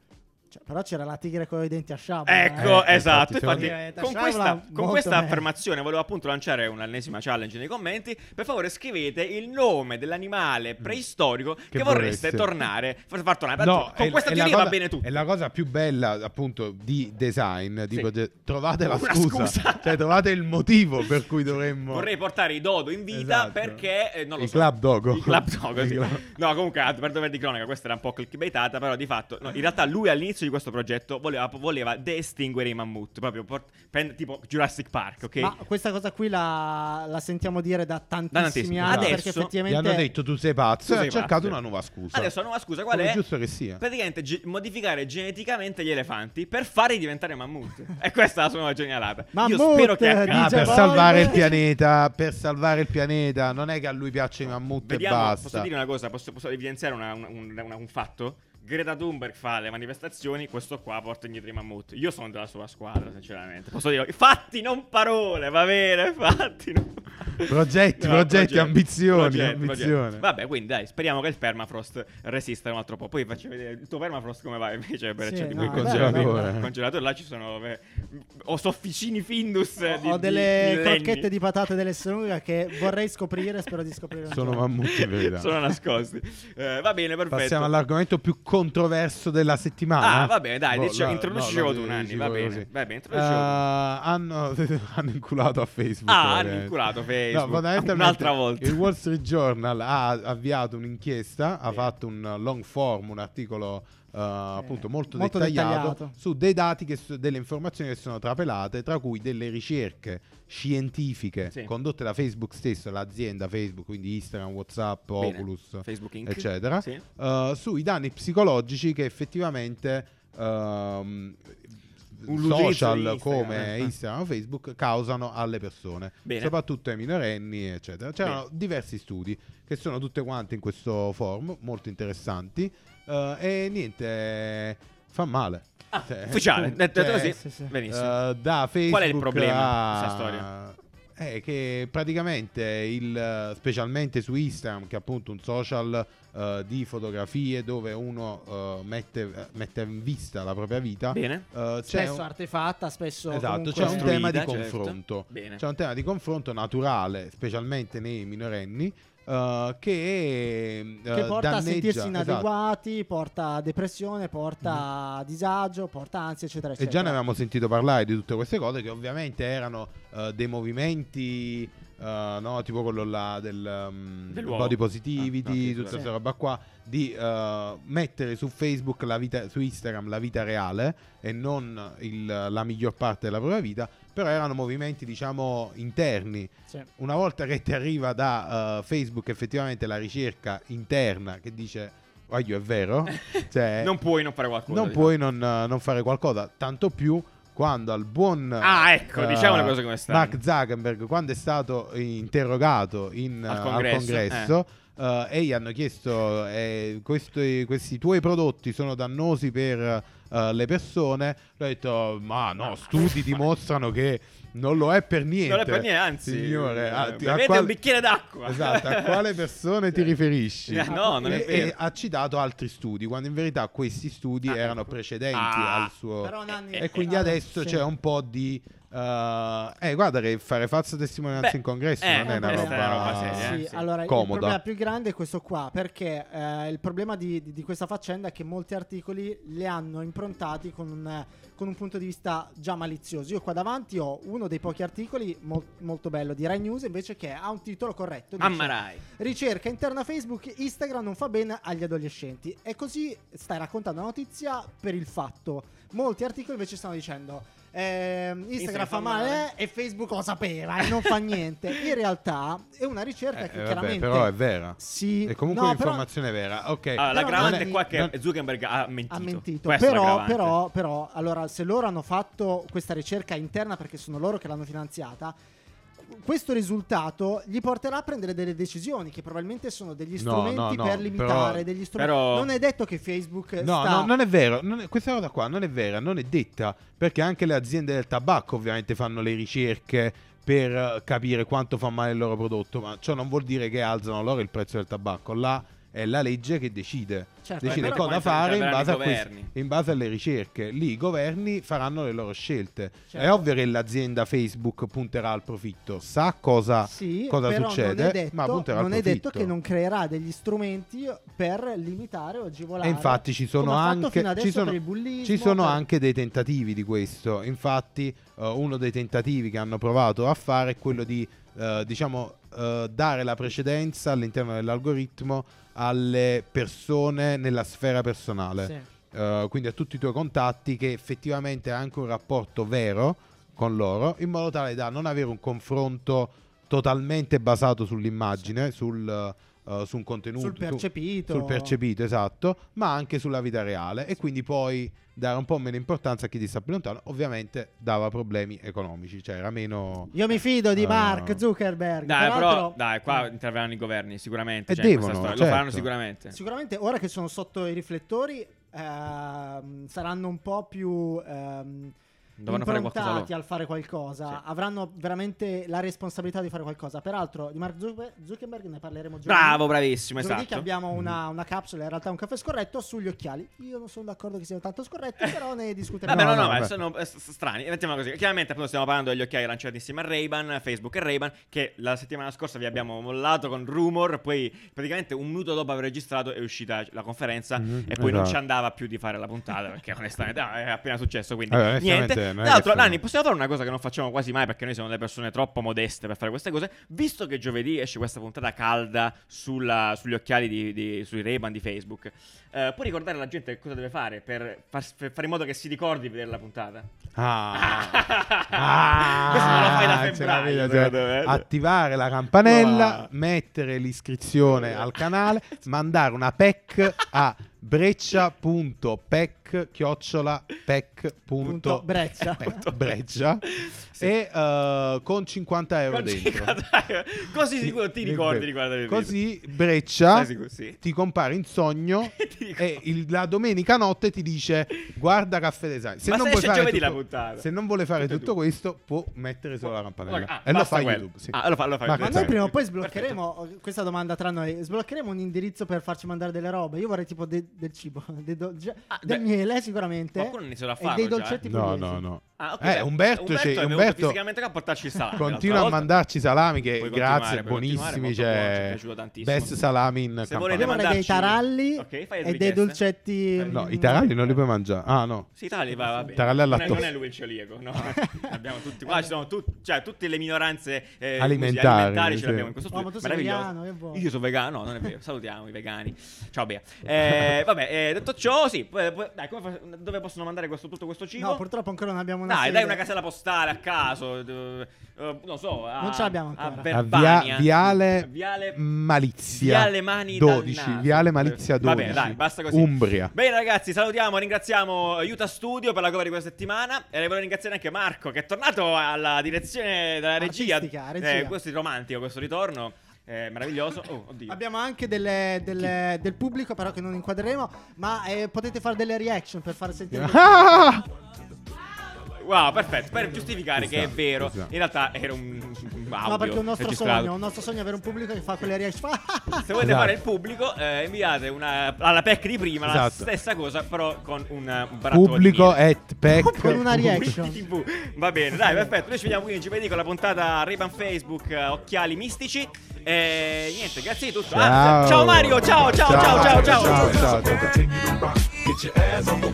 S2: Cioè, però c'era la tigre con i denti a sciabola.
S1: Ecco,
S3: Eh,
S1: esatto.
S3: infatti,
S1: Infatti,
S2: sono-
S1: con
S2: Sciabola,
S1: questa, con
S2: molto
S1: questa
S2: meglio.
S1: affermazione volevo appunto lanciare un'ennesima challenge nei commenti. Per favore, scrivete il nome dell'animale preistorico che, vorreste
S3: Mm. vorreste.
S1: tornare. Far, far tornare.
S3: No,
S1: con
S3: è-
S1: questa
S3: è la
S1: teoria
S3: cosa-
S1: va bene tutto.
S3: È la cosa più bella, appunto, di design. Tipo,
S1: Sì.
S3: de- trovate la
S1: Una
S3: scusa.
S1: scusa.
S3: cioè, trovate il motivo per cui dovremmo.
S1: Vorrei portare i dodo in vita
S3: Esatto.
S1: perché eh, non lo
S3: Il
S1: so.
S3: Club Dogo.
S1: Il club dogo,
S3: Il
S1: sì.
S3: club-
S1: No, comunque, ah, per dover di cronaca, questa era un po' clickbaitata, però di fatto, no, in realtà lui all'inizio di questo progetto voleva, voleva deestinguere i mammut, proprio port- prend- tipo Jurassic Park, ok?
S2: Ma questa cosa qui la, la sentiamo dire da tantissimi
S1: tantissimi,
S2: anni
S1: esatto.
S2: perché
S1: Adesso
S3: Gli
S2: effettivamente
S3: hanno detto tu sei pazzo
S1: Tu sei
S3: e ha cercato
S1: pazzo.
S3: una nuova scusa.
S1: Adesso la nuova scusa qual
S3: Come
S1: è?
S3: giusto che sia.
S1: Praticamente ge- modificare geneticamente gli elefanti per farli diventare mammut. e questa è la sua nuova genialata. Io
S2: Mammut,
S1: spero che
S2: dice
S1: accada.
S3: Ah, per
S2: Void.
S3: salvare il pianeta, per salvare il pianeta, non è che a lui piacciono i mammut
S1: Vediamo,
S3: e basta.
S1: posso dire una cosa, posso, posso evidenziare una- una- un, una- un fatto? Greta Thunberg fa le manifestazioni, questo qua porta indietro i mammut. Io sono della sua squadra, sinceramente. Posso dire, fatti non parole, va bene, fatti non
S3: Progetti, progetti, ambizioni, ambizione.
S1: Vabbè, quindi dai, speriamo che il permafrost resista un altro po'. Poi faccio vedere il tuo permafrost come va invece per
S2: Sì,
S1: certi
S2: no,
S1: quei
S3: è
S1: congelatori.
S3: bello, eh.
S1: Il congelatore là ci sono eh, Ho sofficini Findus. eh, di-
S2: Ho
S1: di
S2: delle
S1: millenni.
S2: crocchette di patate dell'Essenuga che vorrei scoprire, spero di scoprire. un
S3: Sono
S2: giorno.
S3: mammuti in verità.
S1: Sono nascosti. Eh, va bene, perfetto.
S3: Passiamo all'argomento più controverso della settimana.
S1: Ah, va bene, dai,
S3: Boh,
S1: dice-
S3: la-
S1: introducicevo
S3: no,
S1: tu,
S3: la-
S1: Nanni,
S3: dicevo
S1: va bene,
S3: così.
S1: va bene, introducicevo tu.
S3: Eh, hanno, hanno inculato a Facebook.
S1: Ah, hanno
S3: ovviamente.
S1: inculato
S3: No,
S1: Facebook.
S3: fondamentalmente
S1: Un'altra volta.
S3: Il Wall Street Journal ha avviato un'inchiesta, ha fatto un long form, un articolo eh, appunto molto,
S2: molto
S3: dettagliato,
S2: dettagliato.
S3: su dei dati, che so- delle informazioni che sono trapelate, tra cui delle ricerche scientifiche
S1: Sì.
S3: condotte da Facebook stesso, l'azienda Facebook, quindi Instagram, Whatsapp,
S1: Bene.
S3: Oculus,
S1: Facebook Inc.
S3: eccetera,
S1: Sì.
S3: eh, sui danni psicologici che effettivamente ehm,
S1: l'utilizzo di
S3: social
S1: Instagram,
S3: come
S1: eh.
S3: Instagram o Facebook causano alle persone,
S1: Bene.
S3: soprattutto ai minorenni, eccetera. C'erano
S1: Bene.
S3: diversi studi che sono tutte quante in questo forum, molto interessanti. eh, e niente, fa male. Cioè,
S1: Ah, Ufficiale,
S3: tu-
S1: detto
S3: cioè,
S1: così.
S2: sì, sì.
S1: Benissimo.
S3: eh, da Facebook
S1: Qual è il problema
S3: a-
S1: questa storia?
S3: Eh, che praticamente il, eh, specialmente su Instagram, che è appunto un social eh, di fotografie dove uno eh, mette, mette in vista la propria vita,
S1: Bene.
S3: eh, c'è
S2: Spesso
S3: un-
S2: artefatta, spesso.
S3: Esatto,
S2: comunque-
S3: c'è un tema di
S1: Costruita, certo.
S3: confronto.
S1: Bene.
S3: C'è un tema di confronto naturale, specialmente nei minorenni, eh, che, eh,
S2: Che porta
S3: danneggia,
S2: a sentirsi
S3: esatto.
S2: inadeguati, porta a depressione, porta a disagio, porta ansia, eccetera,
S3: Mhm. E
S2: eccetera.
S3: già ne avevamo sentito parlare di tutte queste cose che ovviamente erano eh, dei movimenti, eh, no, tipo quello là del um,
S1: Dell'uovo.
S3: body positivity,
S1: Ah, no, sì,
S3: tutta
S1: sì.
S3: questa roba qua, di eh, mettere su Facebook, la vita, su Instagram la vita reale e non il- la miglior parte della propria vita, però erano movimenti diciamo interni
S2: Sì.
S3: una volta che ti arriva da eh, Facebook effettivamente la ricerca interna che dice "Guaglio, è vero", cioè
S1: non puoi non fare qualcosa.
S3: non
S1: diciamo.
S3: puoi non, eh, non fare qualcosa, tanto più quando al buon
S1: Ah, ecco,
S3: eh,
S1: diciamo le cose come stanno.
S3: Mark Zuckerberg quando è stato interrogato in,
S1: Al
S3: eh,
S1: congresso,
S3: eh, e gli hanno chiesto eh, questi, questi tuoi prodotti sono dannosi per eh, le persone lui ha detto ma no studi dimostrano che non lo è per niente
S1: Non è per niente, anzi.
S3: signore a-
S1: eh,
S3: ti- a
S1: bevete
S3: quale-
S1: un bicchiere d'acqua.
S3: esatto a quale persone ti
S1: Sì.
S3: riferisci
S1: Eh, No, non è
S3: e,
S1: vero.
S3: e ha citato altri studi, quando in verità questi studi
S1: Ah,
S3: erano
S1: ecco.
S3: precedenti
S1: Ah.
S3: al suo...
S2: Però, Nanni,
S3: e quindi
S2: eh,
S3: adesso
S2: sì.
S3: c'è un po' di... eh, eh, guarda che fare falsa testimonianza
S1: Beh,
S3: in congresso
S1: eh,
S3: non è una
S1: questa
S3: roba...
S1: è una roba seria, eh.
S2: Sì,
S1: sì.
S2: allora
S3: Comoda.
S2: il problema più grande è questo qua, perché eh, il problema di, di- di questa faccenda è che molti articoli le hanno improntati con un, con un punto di vista già malizioso. Io qua davanti ho uno dei pochi articoli mol- molto bello di Rai News invece che ha un titolo corretto. dice,
S1: Ammarai.
S2: Ricerca interna Facebook, Instagram non fa bene agli adolescenti. E così stai raccontando la notizia per il fatto. Molti articoli invece stanno dicendo ehm, Instagram,
S1: Instagram
S2: fa male, e Facebook lo sapeva e non fa niente. In realtà è una ricerca
S3: Eh,
S2: che
S3: vabbè,
S2: chiaramente...
S3: però è vera.
S2: Sì,
S3: È comunque
S2: no,
S3: un'informazione vera. Ok.
S1: Allora, la
S2: però
S1: gravante
S2: non è-
S1: qua è che
S3: Eh, non-
S1: Zuckerberg ha mentito.
S2: Ha mentito,
S1: Questa è la
S2: però,
S1: aggravante.
S2: però, però, allora, se loro hanno fatto questa ricerca interna perché sono loro che l'hanno finanziata, questo risultato gli porterà a prendere delle decisioni che probabilmente sono degli
S3: No,
S2: strumenti
S3: no, no,
S2: per limitare,
S3: però-
S2: degli strumenti.
S1: però-
S2: Non è detto che Facebook
S3: No,
S2: sta
S3: no, non è vero. non è- questa cosa qua non è vera, non è detta. Perché anche le aziende del tabacco ovviamente fanno le ricerche per eh, capire quanto fa male il loro prodotto. Ma ciò non vuol dire che alzano loro il prezzo del tabacco. Là è la legge che decide.
S2: Certo,
S3: decide
S2: però
S3: cosa
S1: poi
S3: fare in
S1: interverranno
S3: base,
S1: i
S3: a quest-
S1: governi.
S3: in base alle ricerche. Lì i governi faranno le loro scelte. È
S2: Certo.
S3: ovvio che l'azienda Facebook punterà al profitto, sa cosa,
S2: Sì,
S3: cosa
S2: però
S3: succede,
S2: non è detto,
S3: ma punterà al
S2: non è detto
S3: profitto.
S2: che non creerà degli strumenti per limitare o agevolare.
S3: E infatti ci sono
S2: come ha fatto
S3: anche
S2: fino adesso
S3: ci sono,
S2: per il bullismo,
S3: ci sono
S2: per-
S3: anche dei tentativi di questo. Infatti, eh, uno dei tentativi che hanno provato a fare è quello di eh, diciamo eh, dare la precedenza all'interno dell'algoritmo alle persone nella sfera personale.
S2: Sì.
S3: Eh, quindi a tutti i tuoi contatti che effettivamente hai anche un rapporto vero con loro, in modo tale da non avere un confronto totalmente basato sull'immagine, sul, eh, su un contenuto.
S2: Sul percepito.
S3: Sul percepito, esatto, ma anche sulla vita reale e quindi poi dare un po' meno importanza a chi ti sta più lontano, ovviamente dava problemi economici, cioè era meno...
S2: Io mi fido di
S3: Ah.
S2: Mark Zuckerberg.
S1: Dai, però,
S2: peraltro-
S1: dai, qua interverranno i governi sicuramente.
S3: E
S1: cioè, in
S3: devono,
S1: questa storia.
S3: certo.
S1: Lo faranno sicuramente.
S2: eh, Sicuramente ora che sono sotto i riflettori ehm, saranno un po' più ehm,
S1: Dovranno fare
S2: improntati
S1: qualcosa loro.
S2: al fare qualcosa,
S1: Sì.
S2: avranno veramente la responsabilità di fare qualcosa. Peraltro di Mark Zuckerberg- Zuckerberg ne parleremo giovedì.
S1: Bravo, bravissimo,
S2: Giovedì
S1: esatto.
S2: che abbiamo una, una capsula, in realtà un caffè scorretto sugli occhiali. Io non sono d'accordo che siano tanto scorretti, però ne discuteremo.
S1: Vabbè, no,
S3: No,
S1: no,
S3: no,
S1: ma
S3: vabbè.
S1: sono eh, s- strani. Mettiamola così. Chiaramente, appunto, stiamo parlando degli occhiali lanciati insieme a Ray-Ban, Facebook e Ray-Ban, che la settimana scorsa vi abbiamo mollato con rumor. Poi, praticamente, un minuto dopo aver registrato, è uscita la conferenza.
S3: Mhm,
S1: e poi non
S3: esatto.
S1: ci andava più di fare la puntata, perché onestamente no, è appena successo. Quindi,
S3: Vabbè,
S1: niente.
S3: onestamente, non
S1: Tra
S3: è che
S1: l'altro,
S3: sono-
S1: Lani, possiamo fare una cosa che non facciamo quasi mai, perché noi siamo delle persone troppo modeste per fare queste cose. Visto che giovedì esce questa puntata calda sulla- sugli occhiali di, di- sui Ray-Ban di Facebook, eh, puoi ricordare alla gente cosa deve fare per, far, per fare in modo che si ricordi di vedere la puntata?
S3: Ah.
S1: Ah, Questo non lo fai da
S3: ce la
S1: febbraio,
S3: vedo,
S1: secondo
S3: cioè,
S1: me.
S3: attivare la campanella,
S1: No.
S3: mettere l'iscrizione al canale, mandare una PEC a breccia.pec chiocciola pec punto-
S2: Punto Breccia.
S3: pec- eh, breccia
S1: Sì.
S3: e eh, con 50 euro
S1: Con
S3: dentro
S1: 50 euro. Così sicuro ti ricordi di guardare il video.
S3: così breccia
S1: Sei sicuro? Sì.
S3: ti compare in sogno
S1: Ti ricordi.
S3: e il- la domenica notte ti dice guarda caffè design se
S1: Ma
S3: non
S1: se
S3: vuoi
S1: esce
S3: fare
S1: giovedì
S3: tutto-
S1: la puntata.
S3: se non vuole fare
S1: Tutte e
S3: tutto,
S1: due.
S3: questo può mettere solo la campanella
S1: Ah,
S3: e lo
S1: basta
S3: fa
S1: quello.
S3: YouTube sì.
S1: Ah, lo fa- lo fa
S3: Ma
S1: YouTube.
S2: Ma
S3: che
S2: noi
S3: sai?
S2: prima o poi sbloccheremo questa domanda tra noi. Sbloccheremo un indirizzo per farci mandare delle robe. Io vorrei tipo de- del cibo, de- do- ge-
S1: Ah,
S2: del
S1: beh.
S2: miele sicuramente.
S1: Qualcuno inizierà a
S2: e
S1: farlo
S2: dei
S1: già, eh.
S2: dolcetti
S3: no
S2: pugliesi.
S3: no no
S1: Ah, ok,
S3: Eh,
S1: beh,
S3: Umberto c'è-
S1: è venuto
S3: Umberto
S1: fisicamente qua a portarci il salame.
S3: continua
S1: l'altra
S3: a
S1: volta.
S3: mandarci salami che
S1: Puoi continuare,
S3: grazie
S1: puoi continuare,
S3: buonissimi
S1: molto buono, ci è
S3: c'è
S1: piaciuto tantissimo.
S3: best salami in
S1: Se volete
S2: Io
S3: campagna
S2: vorrei
S1: mandarci-
S2: dei taralli
S1: Ok, fai le
S2: e
S1: richieste.
S2: dei dolcetti.
S1: Fai le-
S3: no
S2: mm,
S3: i taralli non li puoi mangiare ah no
S1: Sì, Italia va, va bene.
S3: Taralli al
S1: non, è, non
S3: lattosio.
S1: è lui il celiaco, no. abbiamo tutti qua, ci sono tu- cioè, tutte le minoranze eh,
S3: Alimentari,
S1: così, alimentari ce
S3: sì.
S1: le abbiamo in questo
S2: Oh,
S1: studio.
S2: ma tu sei
S1: Meraviglioso.
S2: vegano, che vuoi?
S1: Io sono vegano, no, non è vero. Salutiamo i vegani. Ciao Bea. Eh, vabbè, eh, detto ciò, sì, poi- poi- dai, come fa- dove possono mandare questo- tutto questo cibo?
S2: No, purtroppo ancora non abbiamo una
S1: dai,
S2: sede.
S1: dai una casella postale a caso. d- eh, non so, a,
S2: Non ce l'abbiamo ancora.
S1: A
S2: A
S3: A
S1: Verbania.
S3: Ah, via- viale,
S1: Viale
S3: Malizia
S1: Viale Mani dal
S3: 12
S1: naso.
S3: Viale Malizia 12
S1: Vabbè, dai, basta così.
S3: Umbria
S1: Bene ragazzi, salutiamo, ringraziamo Aiuta Studio per la cover di questa settimana e volevo ringraziare anche Marco che è tornato alla direzione della regia.
S2: Artistica, regia.
S1: Eh, questo è romantico, questo ritorno. eh, meraviglioso. Oh, oddio.
S2: Abbiamo anche delle- delle- del pubblico, però, che non inquadreremo. Ma eh, potete fare delle reaction per far sentire.
S3: Ah!
S1: Wow, perfetto, per giustificare
S3: Ci
S1: che è
S3: sta,
S1: vero.
S3: ci sta.
S1: In realtà era un, un audio
S2: No, perché è un nostro
S1: registrato.
S2: sogno. Un nostro sogno è avere un pubblico che fa quelle reaction.
S1: Se volete
S3: Esatto.
S1: fare il pubblico, eh, inviate una, alla PEC di prima la
S3: Esatto.
S1: stessa cosa, però con un eh, un barattolo di
S3: Pubblico
S1: miele.
S3: at pec
S2: Con una reaction.
S1: Quindi TV. Va bene, dai, perfetto. Noi ci vediamo qui in giovedì con la puntata Riban Facebook, eh, occhiali mistici. E niente, grazie di tutto. Ah,
S3: Ciao.
S1: ciao Mario, ciao, ciao, ciao, ciao, ciao.
S3: Ciao, ciao, ciao.
S4: Continue to rock. Get your ass on the